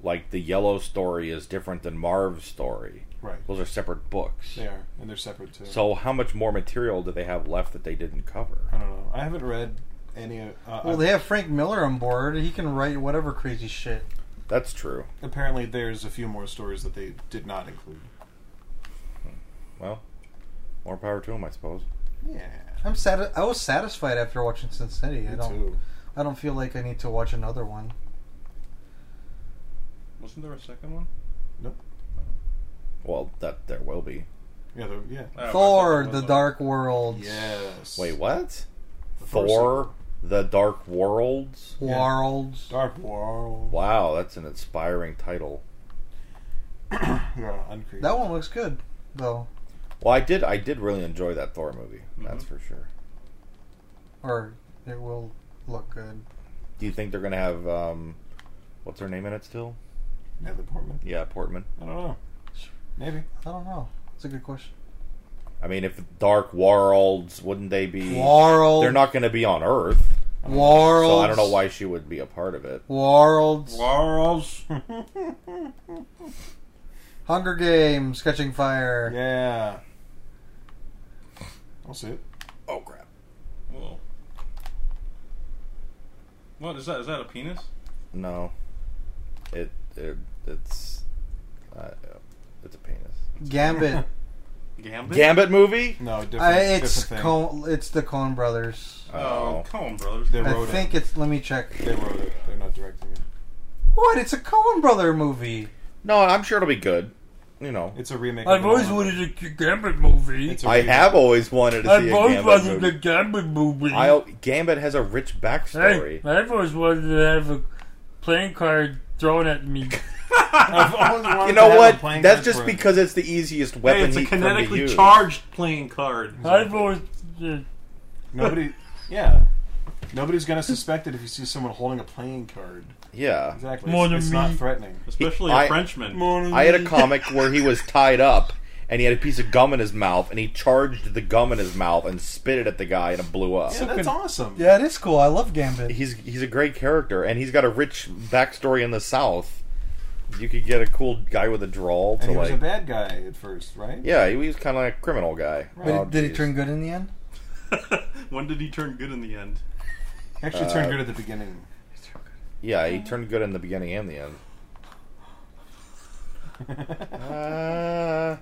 C: Like the Yellow story is different than Marv's story;
D: right.
C: those are separate books.
D: They are, and they're separate too.
C: So how much more material do they have left that they didn't cover?
D: I don't know. I haven't read any. Uh,
B: Well, they have Frank Miller on board. He can write whatever crazy shit.
C: That's true.
D: apparently there's a few more stories that they did not include.
C: Well, more power to them, I suppose.
D: Yeah,
B: I'm sad. I was satisfied after watching Sin City. I
D: me
B: don't.
D: too.
B: I don't feel like I need to watch another one.
E: Wasn't there a second one?
C: Well, that there will be.
D: Yeah, they're- yeah.
E: Ah, I
B: Thor:
E: thought there
B: The
D: uh,
E: was a-
B: Dark World.
D: Yes.
C: Wait, what?
D: The first
C: Thor: The Dark Worlds.
B: Worlds.
D: Dark World.
C: Wow, that's an inspiring title.
D: yeah, uncreative.
B: That one looks good, though.
C: Well, I did. I did really enjoy that Thor movie. That's
E: Mhm.
C: for sure.
B: Or it will look good.
C: Do you think they're gonna have um, what's her name in it still?
D: Natalie Portman.
C: Yeah, Portman.
D: I don't know. Maybe.
B: I don't know. It's a good question.
C: I mean, if Dark Worlds, wouldn't they be?
B: World.
C: They're not gonna be on Earth,
B: World.
C: so I don't know why she would be a part of it.
B: Worlds.
E: Quarrels.
B: Hunger Games. Catching Fire.
D: yeah. I'll see it.
C: Oh crap!
E: Whoa. What is that? Is that a penis?
C: No, it, it it's uh, it's a penis.
B: Gambit.
E: Gambit.
C: Gambit movie?
D: No, different,
B: I,
D: different
B: it's
D: thing.
B: Cone, It's the Coen Brothers.
E: Oh,
C: Oh.
E: come on, brothers.
D: They
B: I
D: wrote
B: think
D: it.
B: it's. Let me check.
D: They wrote it. They're not directing it.
B: What? It's a Coen Brother movie.
C: No, I'm sure it'll be good. You know,
D: It's a remake. of
A: I've
D: the
A: always
D: one-
A: wanted a Gambit movie.
D: It's a
C: I
D: remake.
C: have always wanted to see
A: I've
C: a
A: always
C: Gambit
A: wanted
C: movie.
A: a Gambit movie.
C: I, Gambit has a rich
A: hey,
C: backstory.
A: I've always wanted to have a playing card thrown at me.
D: I've always wanted
C: You
D: to
C: know
D: have a
C: what?
D: playing
C: That's
D: card
C: just
D: for it.
C: because it's the easiest weapon
E: Hey, it's a
C: he can
E: kinetically
C: use.
E: charged playing card.
A: I've always. Uh,
D: nobody. Yeah. Nobody's gonna suspect it if you see someone holding a playing card.
C: Yeah.
D: Exactly.
A: More
D: it's
A: than
D: it's
A: me.
D: not threatening.
E: Especially a
C: I-
E: Frenchman.
C: I had a comic where he was tied up and he had a piece of gum in his mouth and he charged the gum in his mouth and spit it at the guy and it blew up.
D: Yeah, that's awesome.
B: Yeah, it is cool. I love Gambit.
C: He's he's a great character and he's got a rich backstory in the South. You could get a cool guy with a drawl to
D: And he was
C: like
D: a bad guy at first, right?
C: Yeah, he was kind of like a criminal guy.
B: But
C: Oh,
B: it- did it
C: geez.
B: turn good in the end?
E: when did he turn good in the end?
D: He actually
C: Uh,
D: turned good at the beginning.
C: Yeah, he turned good in the beginning and the end. Uh,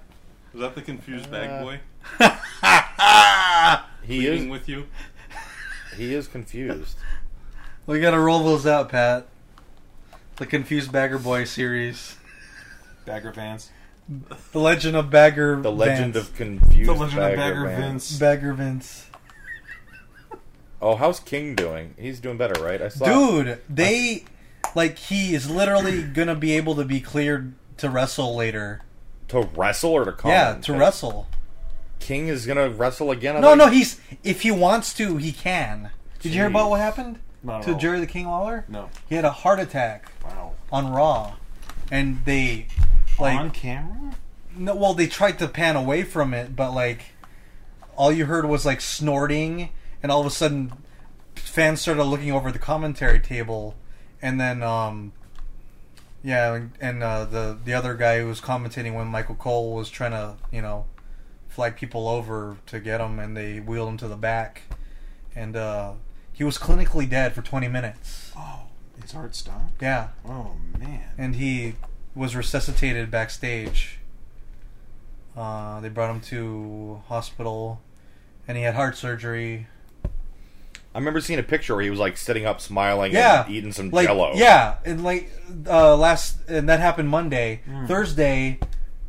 E: Is that the confused bag boy
C: he
E: pleading
C: is
E: with you?
C: he is confused.
B: We gotta roll those out, Pat. The Confused Bagger Boy series.
D: Bagger Vance.
B: The Legend of Bagger.
C: The legend
B: Vance.
C: of confused.
D: The Legend
C: Bagger
D: of Bagger
C: Man.
D: Vince.
B: Bagger Vince.
C: Oh, how's King doing? He's doing better, right? I saw.
B: Dude, they like he is literally gonna be able to be cleared to wrestle later.
C: to wrestle or to call?
B: yeah, to wrestle.
C: King is gonna wrestle again. I
B: No,
C: thought
B: no,
C: he-
B: he's if he wants to, he can. Did you hear about what happened
D: Not at
B: to
D: all.
B: Jerry the King Lawler?
D: No.
B: He had a heart attack
D: Wow.
B: on Raw, and they like
D: On camera?
B: No, well, they tried to pan away from it, but like, all you heard was like snorting, and all of a sudden, fans started looking over the commentary table, and then, um, yeah, and, and uh, the the other guy who was commentating when Michael Cole was trying to, you know, flag people over to get him, and they wheeled him to the back, and uh, he was clinically dead for 20 minutes.
D: Oh, his heart stopped?
B: Yeah,
D: Oh, man.
B: and he was resuscitated backstage. Uh, they brought him to hospital, and he had heart surgery.
C: I remember seeing a picture where he was like sitting up, smiling,
B: Yeah,
C: and eating some
B: like
C: Jello.
B: yeah, and like uh, last, and that happened Monday.
D: Mm.
B: Thursday,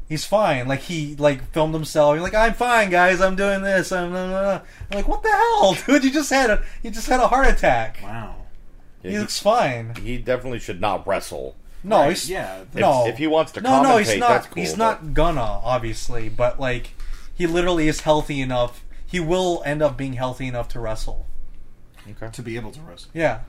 B: he's fine. Like he like filmed himself. He's like, I'm fine, guys. I'm doing this. I'm, blah, blah, blah." I'm like, what the hell, dude? You just had a you just had a heart attack.
D: Wow.
B: He
C: Yeah,
B: looks fine.
C: he, he definitely should not wrestle.
B: No,
D: Right,
B: he's
D: yeah.
C: If,
B: no.
C: if he wants to
B: no,
C: commentate,
B: no, he's not.
C: that's cool.
B: he's
C: but-
B: not gonna, obviously, but like, he literally is healthy enough. He will end up being healthy enough to wrestle.
C: Okay.
D: To be able to wrestle.
B: Yeah,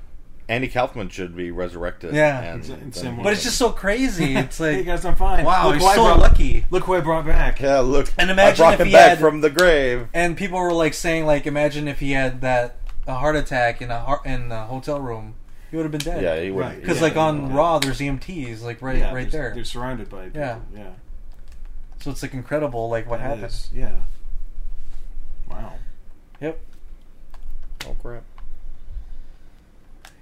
C: Andy Kaufman should be resurrected.
B: Yeah.
C: and,
D: It's- it's
C: then-
D: similar.
B: but it's just so crazy. It's
D: hey,
B: like,
D: guys, I'm fine.
B: wow,
D: Look
B: he's
D: who I
B: so
D: brought-
B: lucky.
D: Look who I brought back.
C: yeah, look,
B: And imagine
C: I brought
B: if
C: him
B: he
C: back
B: had-
C: from the grave.
B: And people were like saying, like, imagine if he had that a heart attack in a heart in a hotel room, he would have been dead.
C: Yeah, he would.
D: Right.
B: Because
D: Yeah.
B: like on Raw, there's EMTs like right
D: Yeah,
B: right
D: they're-
B: there,
D: They're surrounded by people.
B: Yeah.
D: Yeah.
B: so it's like incredible like what
D: That
B: happens.
D: is- Yeah. Wow.
B: Yep,
C: Oh crap!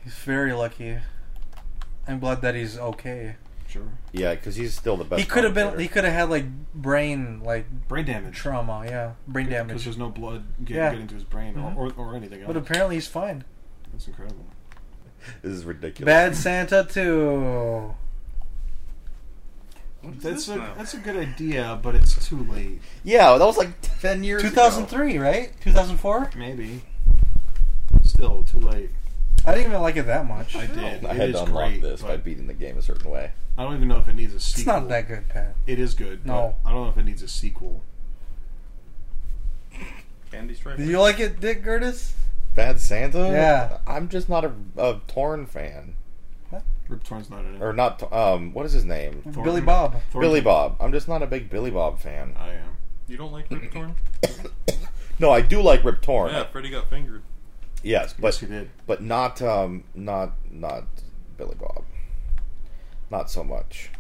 B: he's very lucky. I'm glad that he's okay.
D: Sure.
C: Yeah, because he's still the best.
B: he could have been.
C: commentator.
B: He could have had like brain like
D: Brain damage.
B: trauma. Yeah, brain
D: Because
B: damage.
D: there's no blood get,
B: Yeah.
D: getting to his brain
B: Mhm.
D: or, or, or anything else.
B: But apparently he's fine.
D: That's incredible.
C: This is ridiculous.
B: Bad Santa too.
E: What is
D: That's a,
E: this now?
D: that's a good idea, but it's too late.
C: Yeah, that was like ten years. ago.
B: 2003, right? 2004.
D: Maybe. Still too late.
B: I didn't even like it that much.
D: I did.
C: I
D: It
C: had
D: is
C: to unlock
D: great,
C: this by
D: but
C: beating the game a certain way.
D: I don't even know if it needs a
B: It's
D: sequel.
B: not that good, Pat.
D: It is good.
B: No.
D: but I don't know if it needs a sequel.
E: Candy Stripe.
B: Did you like it, Dick Curtis?
C: Bad Santa?
B: Yeah.
C: I'm just not a, a Torn fan.
D: Rip Torn's not in it.
C: Or not, Tor- um, what is his name?
D: Thorn-
B: Billy Bob.
D: Thorn's
C: Billy
D: in it.
C: Bob. I'm just not a big Billy Bob fan.
D: I am.
E: You don't like Rip Torn?
C: No, I do like Rip Torn.
E: yeah, Freddy got fingered.
C: Yes, but
D: Yes, he did.
C: but not um not not Billy Bob. Not so much.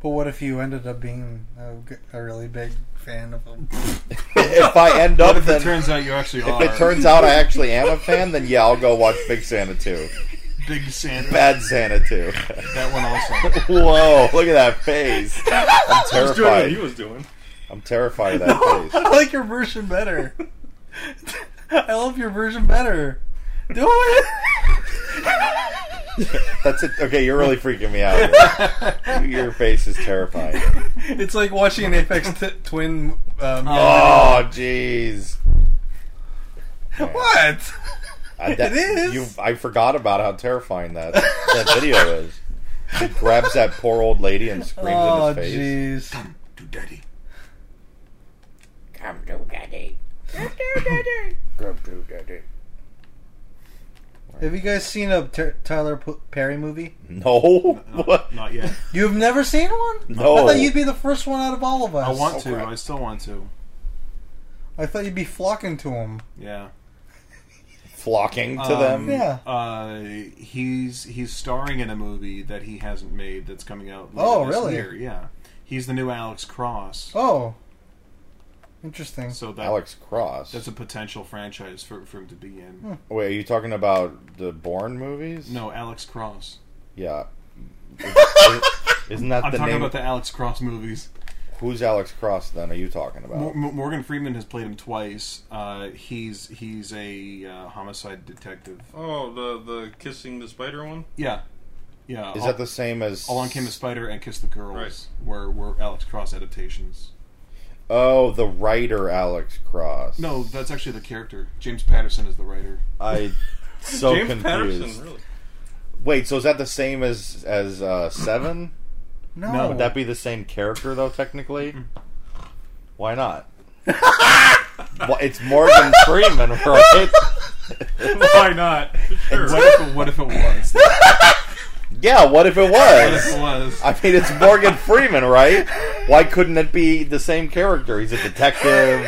B: But what if you ended up being a, g- a really big fan of him?
C: if I end
D: But
C: up
D: if
C: then
D: it turns out you actually
C: if
D: are
C: it turns out I actually am a fan, then yeah, I'll go watch Big Santa 2.
D: Big Santa,
C: Bad Santa 2.
D: that one also.
C: Whoa, look at that face. I'm
E: I was doing what he
C: terrified.
E: was doing.
C: I'm terrified of that face.
B: I like your version better. I love your version better. Do it.
C: That's it. Okay, you're really freaking me out. here. Your face is terrifying.
B: It's like watching an Apex t- Twin. Um,
C: Oh, jeez. Man,
B: What?
C: I, that-
B: It is.
C: You, I forgot about how terrifying that, that video is. He grabs that poor old lady and screams
B: Oh
C: in his face.
B: jeez.
D: Too daddy.
C: Come to daddy. Come to daddy.
B: Have you guys seen a Ter- Tyler P- Perry movie?
C: No. What?
D: Not yet.
B: You've never seen one?
C: No.
B: I thought you'd be the first one out of all of us.
D: I want
C: so
D: to.
C: crap.
D: I still want to.
B: I thought you'd be flocking to him.
D: Yeah.
C: Flocking to
D: Um,
C: them.
B: Yeah.
D: Uh, he's he's starring in a movie that he hasn't made that's coming out. Later
B: Oh,
D: this
B: really?
D: Year. Yeah. He's the new Alex Cross.
B: Oh. Interesting.
D: So that
C: Alex Cross.
D: that's a potential franchise for, for him to be in.
C: Wait, are you talking about the Bourne movies?
D: No, Alex Cross.
C: Yeah. Is- Isn't that
D: I'm
C: the
D: talking
C: name?
D: about the Alex Cross movies.
C: Who's Alex Cross? Then are you talking
D: Mo-
C: about?
D: Mo- Morgan Freeman has played him twice. Uh, he's he's a uh, homicide detective.
E: Oh, the the kissing the spider one.
D: Yeah, yeah.
C: Is
D: Al-
C: that the same as?
D: Along Came the Spider and Kiss the Girls
E: Right.
D: were were Alex Cross adaptations.
C: Oh, the writer Alex Cross.
D: No, that's actually the character. James Patterson is the writer.
C: I so
E: James
C: confused.
E: Patterson, really?
C: Wait, so is that the same as as uh, Seven?
B: no.
D: no,
C: Would that be the same character though? Technically,
D: Mm-hmm.
C: why not? well, it's Morgan Freeman, right?
E: Why not? Sure.
D: What if it, what if it was? What
C: yeah. What if it
D: if it
C: was?
D: was?
C: I mean, it's Morgan Freeman, right? Why couldn't it be the same character? He's a detective.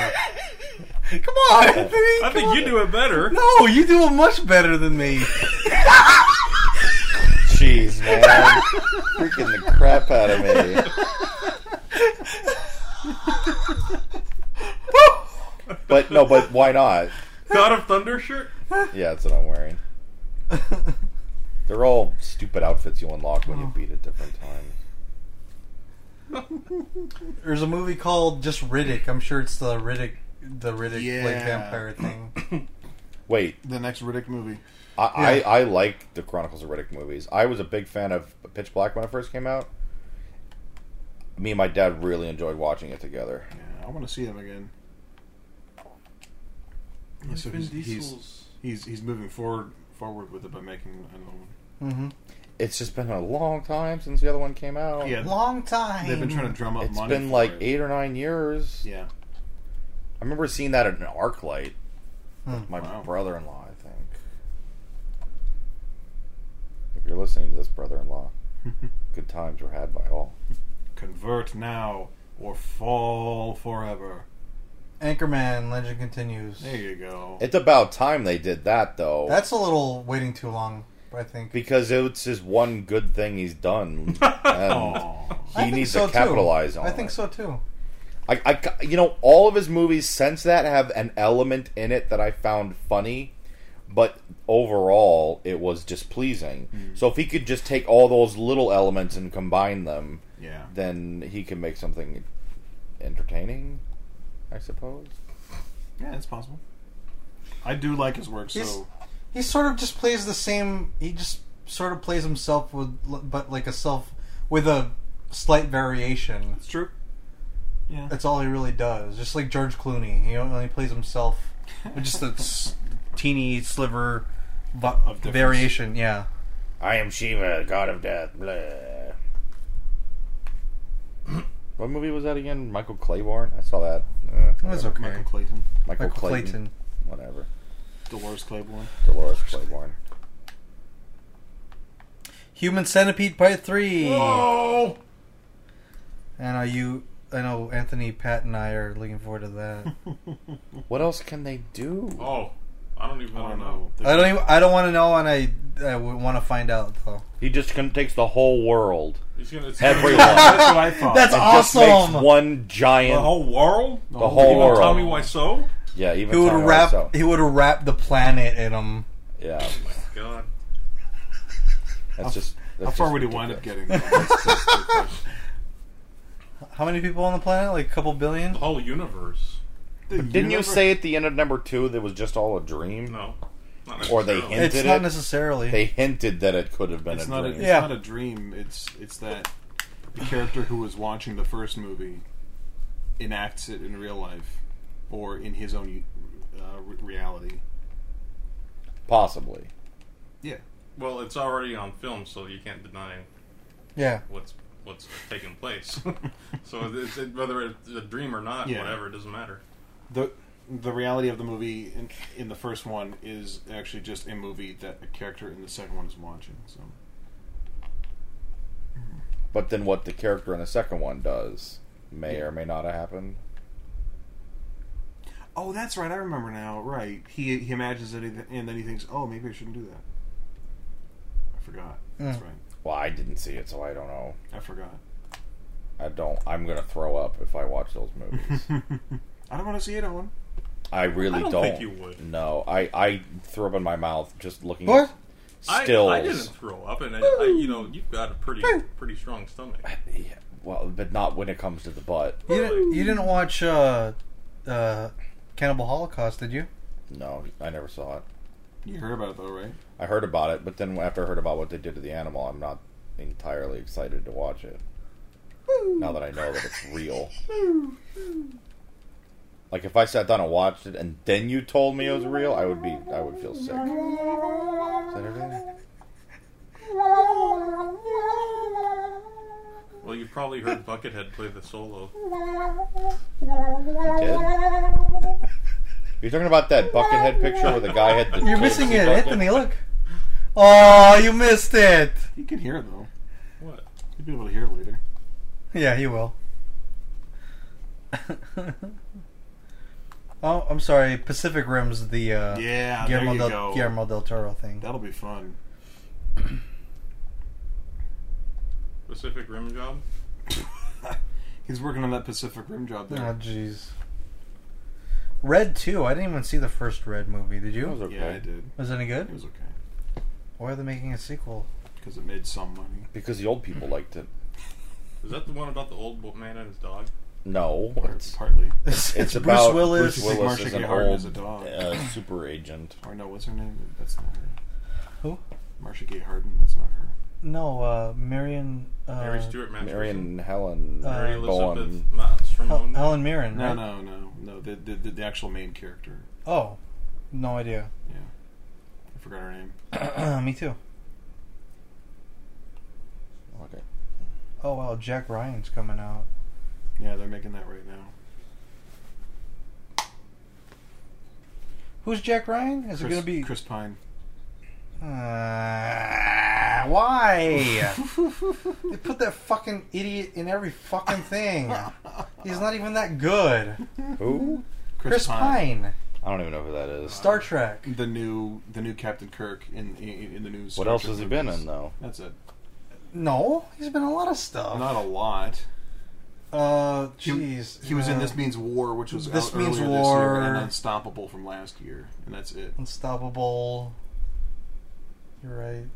B: Come on, Anthony.
E: I think you do it better.
B: No, Oh, you do it much better than me.
C: Jeez, man. Freaking the crap out of me. but no, but why not?
E: God of Thunder shirt.
C: Yeah, that's what I'm wearing. They're all stupid outfits you unlock
D: Oh.
C: when you beat at different times.
B: There's a movie called just Riddick. I'm sure it's the Riddick, the Riddick like
D: Yeah.
B: vampire thing.
C: Wait,
D: the next Riddick movie.
C: I,
B: Yeah.
C: I, I like the Chronicles of Riddick movies. I was a big fan of Pitch Black when it first came out. Me and my dad really enjoyed watching it together.
D: Yeah, I want to see him again. So
E: Vin
D: he's, he's
E: Diesel's.
D: he's he's moving forward forward with it by making another one.
B: hmm
C: It's just been a long time since the other one came out.
D: Yeah,
B: Long time.
D: they've been trying to drum up
C: It's
D: money.
C: been
D: for
C: like
D: it.
C: eight or nine years.
D: Yeah,
C: I remember seeing that at an arc light.
B: Hmm.
C: My
D: Wow.
C: brother in law, I think. If you're listening to this, brother in law, good times were had by all.
D: convert now or fall forever.
B: Anchorman Legend continues.
D: There you go.
C: It's about time they did that, though.
B: That's a little waiting too long. I think.
C: because it's his one good thing he's done. and
D: Aw.
B: I
C: he
B: think
C: needs
B: so,
C: to capitalize
B: too.
C: on
B: I think
C: it.
B: so too.
C: I, I ca- you know, all of his movies since that have an element in it that I found funny, but overall it was displeasing. So if he could just take all those little elements and combine them,
D: Yeah.
C: then he can make something entertaining, I suppose.
D: Yeah, it's possible. I do like his work, so
B: He's- He sort of just plays the same. He just sort of plays himself with, but like a self with a slight variation.
D: it's true. Yeah.
B: That's all he really does. Just like George Clooney, he only plays himself with just a s- teeny sliver v-
D: Of difference.
B: variation. Yeah,
C: I am Shiva, god of death. Blah. What movie was that again? Michael Claiborne? I saw that. Uh,
B: it was okay.
D: Michael
B: Michael,
D: Clayton,
C: Michael,
B: Clayton.
C: Clayton. Whatever.
D: Dolores Claiborne.
C: Dolores Claiborne.
B: Human Centipede Part Three.
E: Oh!
B: And are you? I know Anthony, Pat, and I are looking forward to that.
C: What else can they do?
E: Oh, I don't even
D: I don't
E: want to know.
D: know.
B: I don't. Even, I don't want to know, and I I want to find out though.
C: He just con- takes the whole world.
E: He's gonna it's gonna-
C: Everyone.
D: That's what I thought.
B: That's
C: and Just
B: awesome.
C: makes one giant.
E: The whole world.
C: the whole
E: You won't
C: world.
E: tell me why so? Oh
C: Yeah, even
B: he would
C: Tommy
B: wrap.
C: Wiseau.
B: He would wrap the planet in him.
C: Yeah,
E: My God.
C: that's just. That's
D: How far
C: just
D: would he wind up
C: ridiculous.
D: getting? That's- that's the question.
B: How many people on the planet? Like a couple billion.
E: The whole universe.
C: Didn't you
D: never-
C: say at the end of number two that it was just all a dream?
E: No. Not
C: Or they
E: necessarily.
C: hint-
B: It's
C: did
B: not
C: it.
B: necessarily.
C: They hinted that it could have been
D: It's
C: a
D: not a,
C: dream.
D: it's
B: Yeah.
D: not a dream. It's it's that the character who was watching the first movie enacts it in real life or in his own uh, re- reality.
C: Possibly.
D: Yeah.
E: Well, it's already on film, so you can't deny
B: yeah.
E: what's what's taking place. so it's, it, whether it's a dream or not,
D: Yeah.
E: whatever, it doesn't matter.
D: the the reality of the movie in, in the first one is actually just a movie that a character in the second one is watching. So
C: But then what the character in the second one does may or may not have happened.
D: oh, that's right. I remember now. Right. He he imagines it and and then he thinks, oh, maybe I shouldn't do that. I forgot. That's
B: Mm.
D: right.
C: Well, I didn't see it, so I don't know.
D: I forgot.
C: I don't. I'm gonna throw up if I watch those movies.
D: I don't want to see it, Owen.
C: I really
E: I don't
C: don't.
E: think you would.
C: No, I I threw up in my mouth just looking
B: What?
C: at
E: I-
C: stills.
E: I, didn't throw up, and I, I, you know, you've got a pretty pretty strong stomach.
C: Yeah, well, but not when it comes to the butt.
B: You didn't, you didn't watch uh, uh, Cannibal Holocaust, did you?
C: No, I never saw it.
D: You heard about it though, right?
C: I heard about it, but then after I heard about what they did to the animal, I'm not entirely excited to watch it. Now that I know that it's real. Like if I sat down and watched it and then you told me it was real, I would be I would feel sick. Is that Oh, everything?
E: Well, you've probably heard Buckethead play the solo.
C: You're talking about that buckethead picture where the guy had the
B: You're
C: KFC
B: missing it,
C: bucket?
B: Anthony. Look. Oh, you missed it.
D: You can hear it though.
E: What?
D: You'll be able to hear it later.
B: Yeah, he will. oh, I'm sorry. Pacific Rim's the uh,
D: Yeah, there
B: Guillermo,
D: you
B: del,
D: go.
B: Guillermo del Toro thing.
D: That'll be fun.
E: Pacific Rim job?
D: He's working on that Pacific Rim job there.
B: Oh, jeez. Red 2. I didn't even see the first Red movie. Did
C: That was
B: you?
C: okay.
D: Yeah, I did.
B: Was it any
D: It
B: good?
D: was okay
B: Why are they making a sequel?
D: because it made some money.
C: Because the old people liked it.
E: Is that the one about the old bo- man and his dog?
C: No,
D: Part-
C: it's
D: Partly.
B: It's,
C: it's
B: Bruce
C: about
B: Willis.
C: Bruce Willis
D: Marsha
C: is an
D: Gay Harden is a
C: old
D: dog.
C: uh, super agent.
D: Or no, what's her name? That's not her.
B: Who?
D: Marsha Gay Harden. That's not her.
B: No, uh, Marion. Uh,
E: Mary Stuart Masterson?
C: Marion Helen
B: Uh,
E: Mary Elizabeth
C: Bowen.
E: Matz from
B: Hel-
E: London?
B: Helen Mirren.
D: No,
B: right?
D: no, no, no. The the, the, the actual main character.
B: Oh, no idea.
D: Yeah, I forgot her name.
B: Me too.
C: Okay.
B: Oh wow, Jack Ryan's coming out.
D: Yeah, they're making that right now.
B: Who's Jack Ryan? Is it
D: Chris,
B: gonna be?
D: Chris Pine?
B: Uh, why? they put that fucking idiot in every fucking thing. He's not even that good.
C: Who?
B: Chris, Pine.
C: I don't even know who that is.
B: Star Trek.
D: the new the new Captain Kirk in in, in the new. Star
C: What else
D: Trek
C: has he been
D: movies.
C: in though?
D: That's it.
B: No, he's been in a lot of stuff.
D: Not a lot.
B: uh,
D: He-
B: jeez.
D: He was in
B: uh,
D: This Means War, which was
B: This
D: out
B: Means
D: earlier
B: War.
D: this year, and Unstoppable from last year, and that's it.
B: Unstoppable. You're right.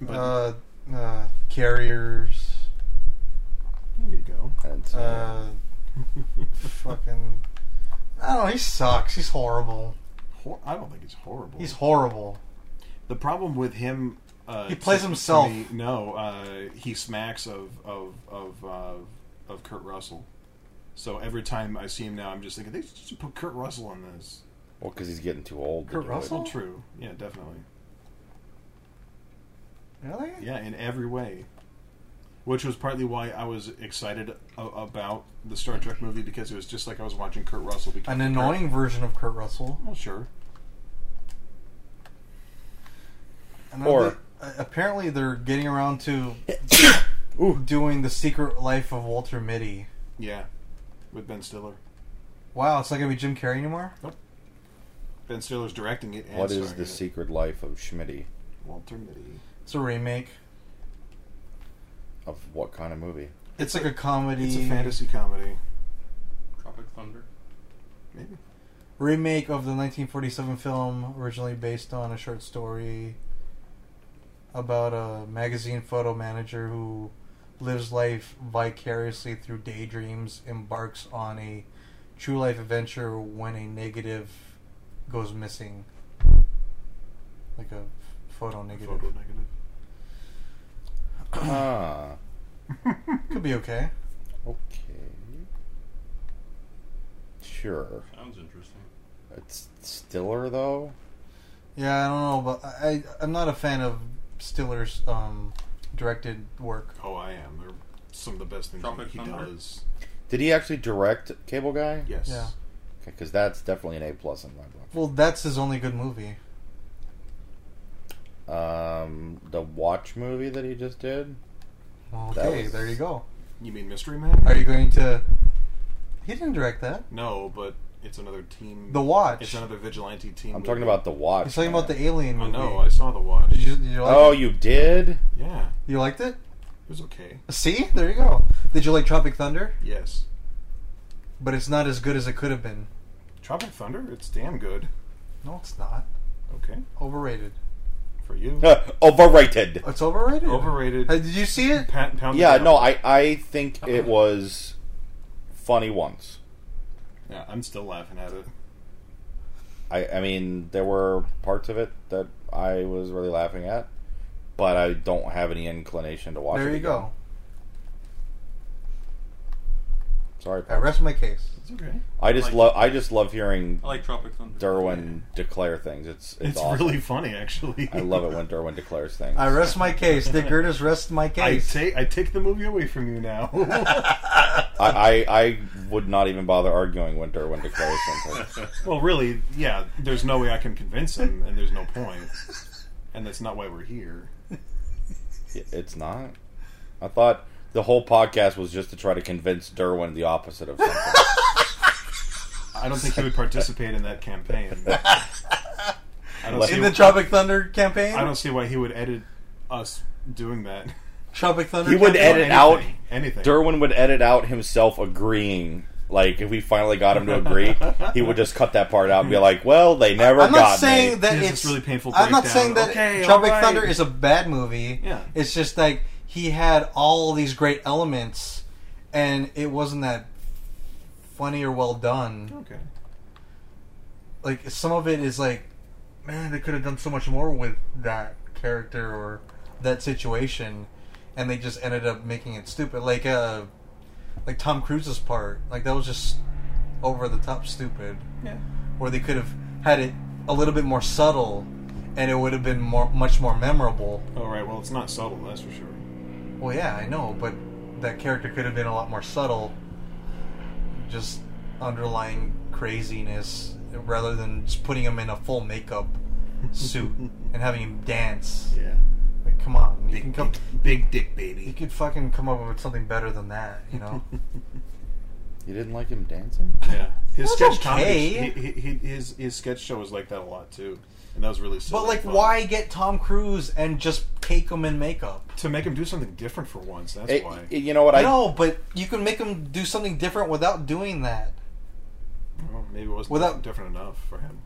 D: But
B: Uh, uh, carriers.
D: there you go.
C: I didn't see
B: Uh, fucking. I don't know. He sucks. He's horrible.
D: Hor- I don't think it's horrible.
B: He's horrible.
D: The problem with him, uh,
B: He plays
D: to- to
B: himself.
D: me- no, uh, he smacks of of of uh, of Kurt Russell. So every time I see him now, I'm just thinking they should put Kurt Russell in this.
C: Well, because he's getting too old. to
B: Kurt
C: do it.
B: Russell?
D: Well, true. Yeah, definitely.
B: Really?
D: Yeah, in every way. Which was partly why I was excited a- about the Star Trek movie because it was just like I was watching Kurt Russell. Become
B: An
D: Kurt.
B: annoying version of Kurt Russell.
D: Well, sure.
B: And
C: Or-
B: then the- apparently they're getting around to doing the Secret Life of Walter Mitty.
D: Yeah, with Ben Stiller.
B: Wow, it's not gonna be Jim Carrey anymore.
D: Ben Stiller's directing it. And
C: What is
D: starring
C: the
D: in it.
C: secret life of Schmitty?
D: Walter Mitty.
B: It's a remake.
C: Of what kind of movie?
B: It's like a comedy.
D: It's a fantasy comedy.
E: Tropic Thunder.
D: Maybe.
B: remake of the 1947 film, originally based on a short story about a magazine photo manager who lives life vicariously through daydreams, embarks on a true life adventure when a negative goes missing. Like a photo negative. Uh,
D: Photo negative.
C: ah,
B: Could be okay.
C: okay. Sure.
E: Sounds interesting.
C: It's Stiller though.
B: Yeah, I don't know, but I, I- I'm not a fan of Stiller's um, directed work.
D: Oh, I am. They're some of the best things
E: Tropic
D: he
E: Thunder?
D: does.
C: Did he actually direct Cable Guy?
D: Yes.
B: Yeah.
C: Because that's definitely an A plus in my book.
B: Well, that's his only good movie.
C: Um, the Watch movie that he just did.
B: Okay,
C: was-
B: there you go.
D: You mean Mystery Man?
B: Are you going to? He didn't direct that.
D: No, but it's another team.
B: The Watch.
D: It's another vigilante team.
C: I'm talking about the Watch.
B: He's talking about
C: man.
B: the Alien
D: I
B: movie.
D: know. I saw the Watch.
B: Did you? Did you like
C: Oh,
B: it?
C: you did.
D: Yeah, it
B: you liked it?
D: was okay.
B: See, there you go. Did you like Tropic Thunder?
D: Yes.
B: But it's not as good as it could have been.
D: Tropic Thunder. It's damn good.
B: No, it's not.
D: Okay,
B: Overrated.
D: for you.
C: Overrated.
B: It's overrated.
D: Overrated.
B: Uh, did you see it?
D: Pa- pound it
C: Yeah,
D: down.
C: no, I I think it was funny once.
D: Yeah, I'm still laughing at it.
C: I, I mean, there were parts of it that I was really laughing at, but I don't have any inclination to watch it.
B: There you
C: again.
B: go.
C: Sorry,
B: I
C: Paul.
B: rest my case.
D: It's okay.
C: I just
E: Like-
C: love I just love hearing
E: I like Tropic Thunder.
C: Derwin declare things. It's it's,
D: It's,
C: awesome.
D: really funny, actually.
C: I love it when Derwin declares things.
B: I rest my case. Dick Curtis rests my
D: I
B: case.
D: take I take the movie away from you now.
C: I, I I would not even bother arguing when Derwin declares something.
D: well, really, yeah. There's no way I can convince him, and there's no point. And that's not why we're here.
C: It's not. I thought the whole podcast was just to try to convince Derwin the opposite of something.
D: I don't think he would participate in that campaign. I don't, see,
B: In the Tropic Thunder campaign.
D: I don't see why he would edit us doing that.
B: Tropic Thunder.
C: He would
B: campaign?
C: edit out.
D: anything.
C: Derwin would edit out himself agreeing. Like if we finally got him to agree, he would just cut that part out and be like, "Well, they never
B: I'm
C: got
B: not saying
C: me."
B: that
D: He has
B: it's
D: this really painful
B: I'm not
D: breakdown.
B: saying that
D: Okay,
B: Tropic
D: alright.
B: Thunder is a bad movie.
D: Yeah.
B: It's just like he had all these great elements, and it wasn't that funny or well done.
D: Okay.
B: Like some of it is like, man, they could have done so much more with that character or that situation, and they just ended up making it stupid. Like uh, like Tom Cruise's part, like that was just over the top stupid
D: Yeah.
B: where they could have had it a little bit more subtle and it would have been more much more memorable.
D: All right. Well, it's not subtle, that's for sure.
B: Well, yeah, I know, but that character could have been a lot more subtle. Just underlying craziness rather than just putting him in a full makeup suit and having him dance.
D: Yeah.
B: Like, come on. You
D: Big,
B: can come
D: big, big dick
B: you
D: baby.
B: could fucking come up with something better than that, you know?
C: You didn't like him dancing?
D: Yeah. His
B: That's
D: sketch
B: okay.
D: comedy. He, he, he- his his sketch show was like that a lot too, and that was really. silly
B: but, like,
D: fun.
B: why get Tom Cruise and just cake him in makeup?
D: To make him do something different for once. That's
C: It-
D: why.
C: it- you know what? I
B: no, but you can make him do something different without doing that.
D: Well, maybe it wasn't
B: Without-
D: different enough for him.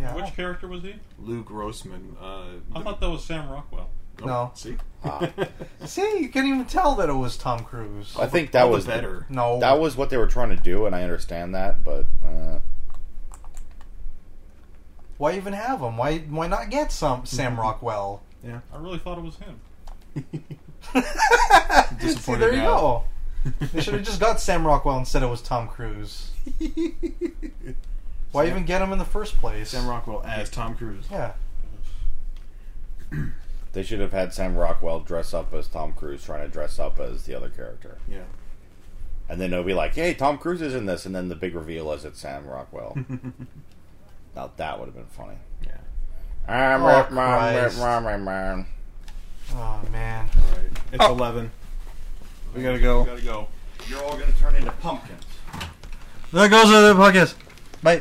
B: Yeah.
E: Which character was he?
D: Lou Grossman. Uh,
E: I thought that was Sam Rockwell.
D: oh,
B: No.
D: See.
C: Ah.
B: See, you can't even tell that it was Tom Cruise.
C: I think that
D: All the
C: was
D: better.
B: No,
C: That was what they were trying to do, and I understand that, but uh,
B: why even have him? Why why not get some Sam Rockwell?
E: I really thought it was him.
B: See,
D: Disappointed
B: there you
D: now.
B: go. They should have just got Sam Rockwell and said it was Tom Cruise. Why even get him in the first place?
D: Sam Rockwell as Tom Cruise.
B: Yeah.
C: They should have had Sam Rockwell dress up as Tom Cruise, trying to dress up as the other character,
D: Yeah.
C: and then it'll be like, "Hey, Tom Cruise is in this," and then the big reveal is it's Sam Rockwell. now that would have been funny. Ah,
D: Yeah.
C: I'm
B: Oh,
C: Rock- man,
B: Christ.
C: man, man, man.
B: Oh man.
D: All right. It's
C: Oh.
D: eleven. We gotta go.
C: Gotta go. You're all gonna turn into pumpkins.
B: That goes with the podcast. Bye.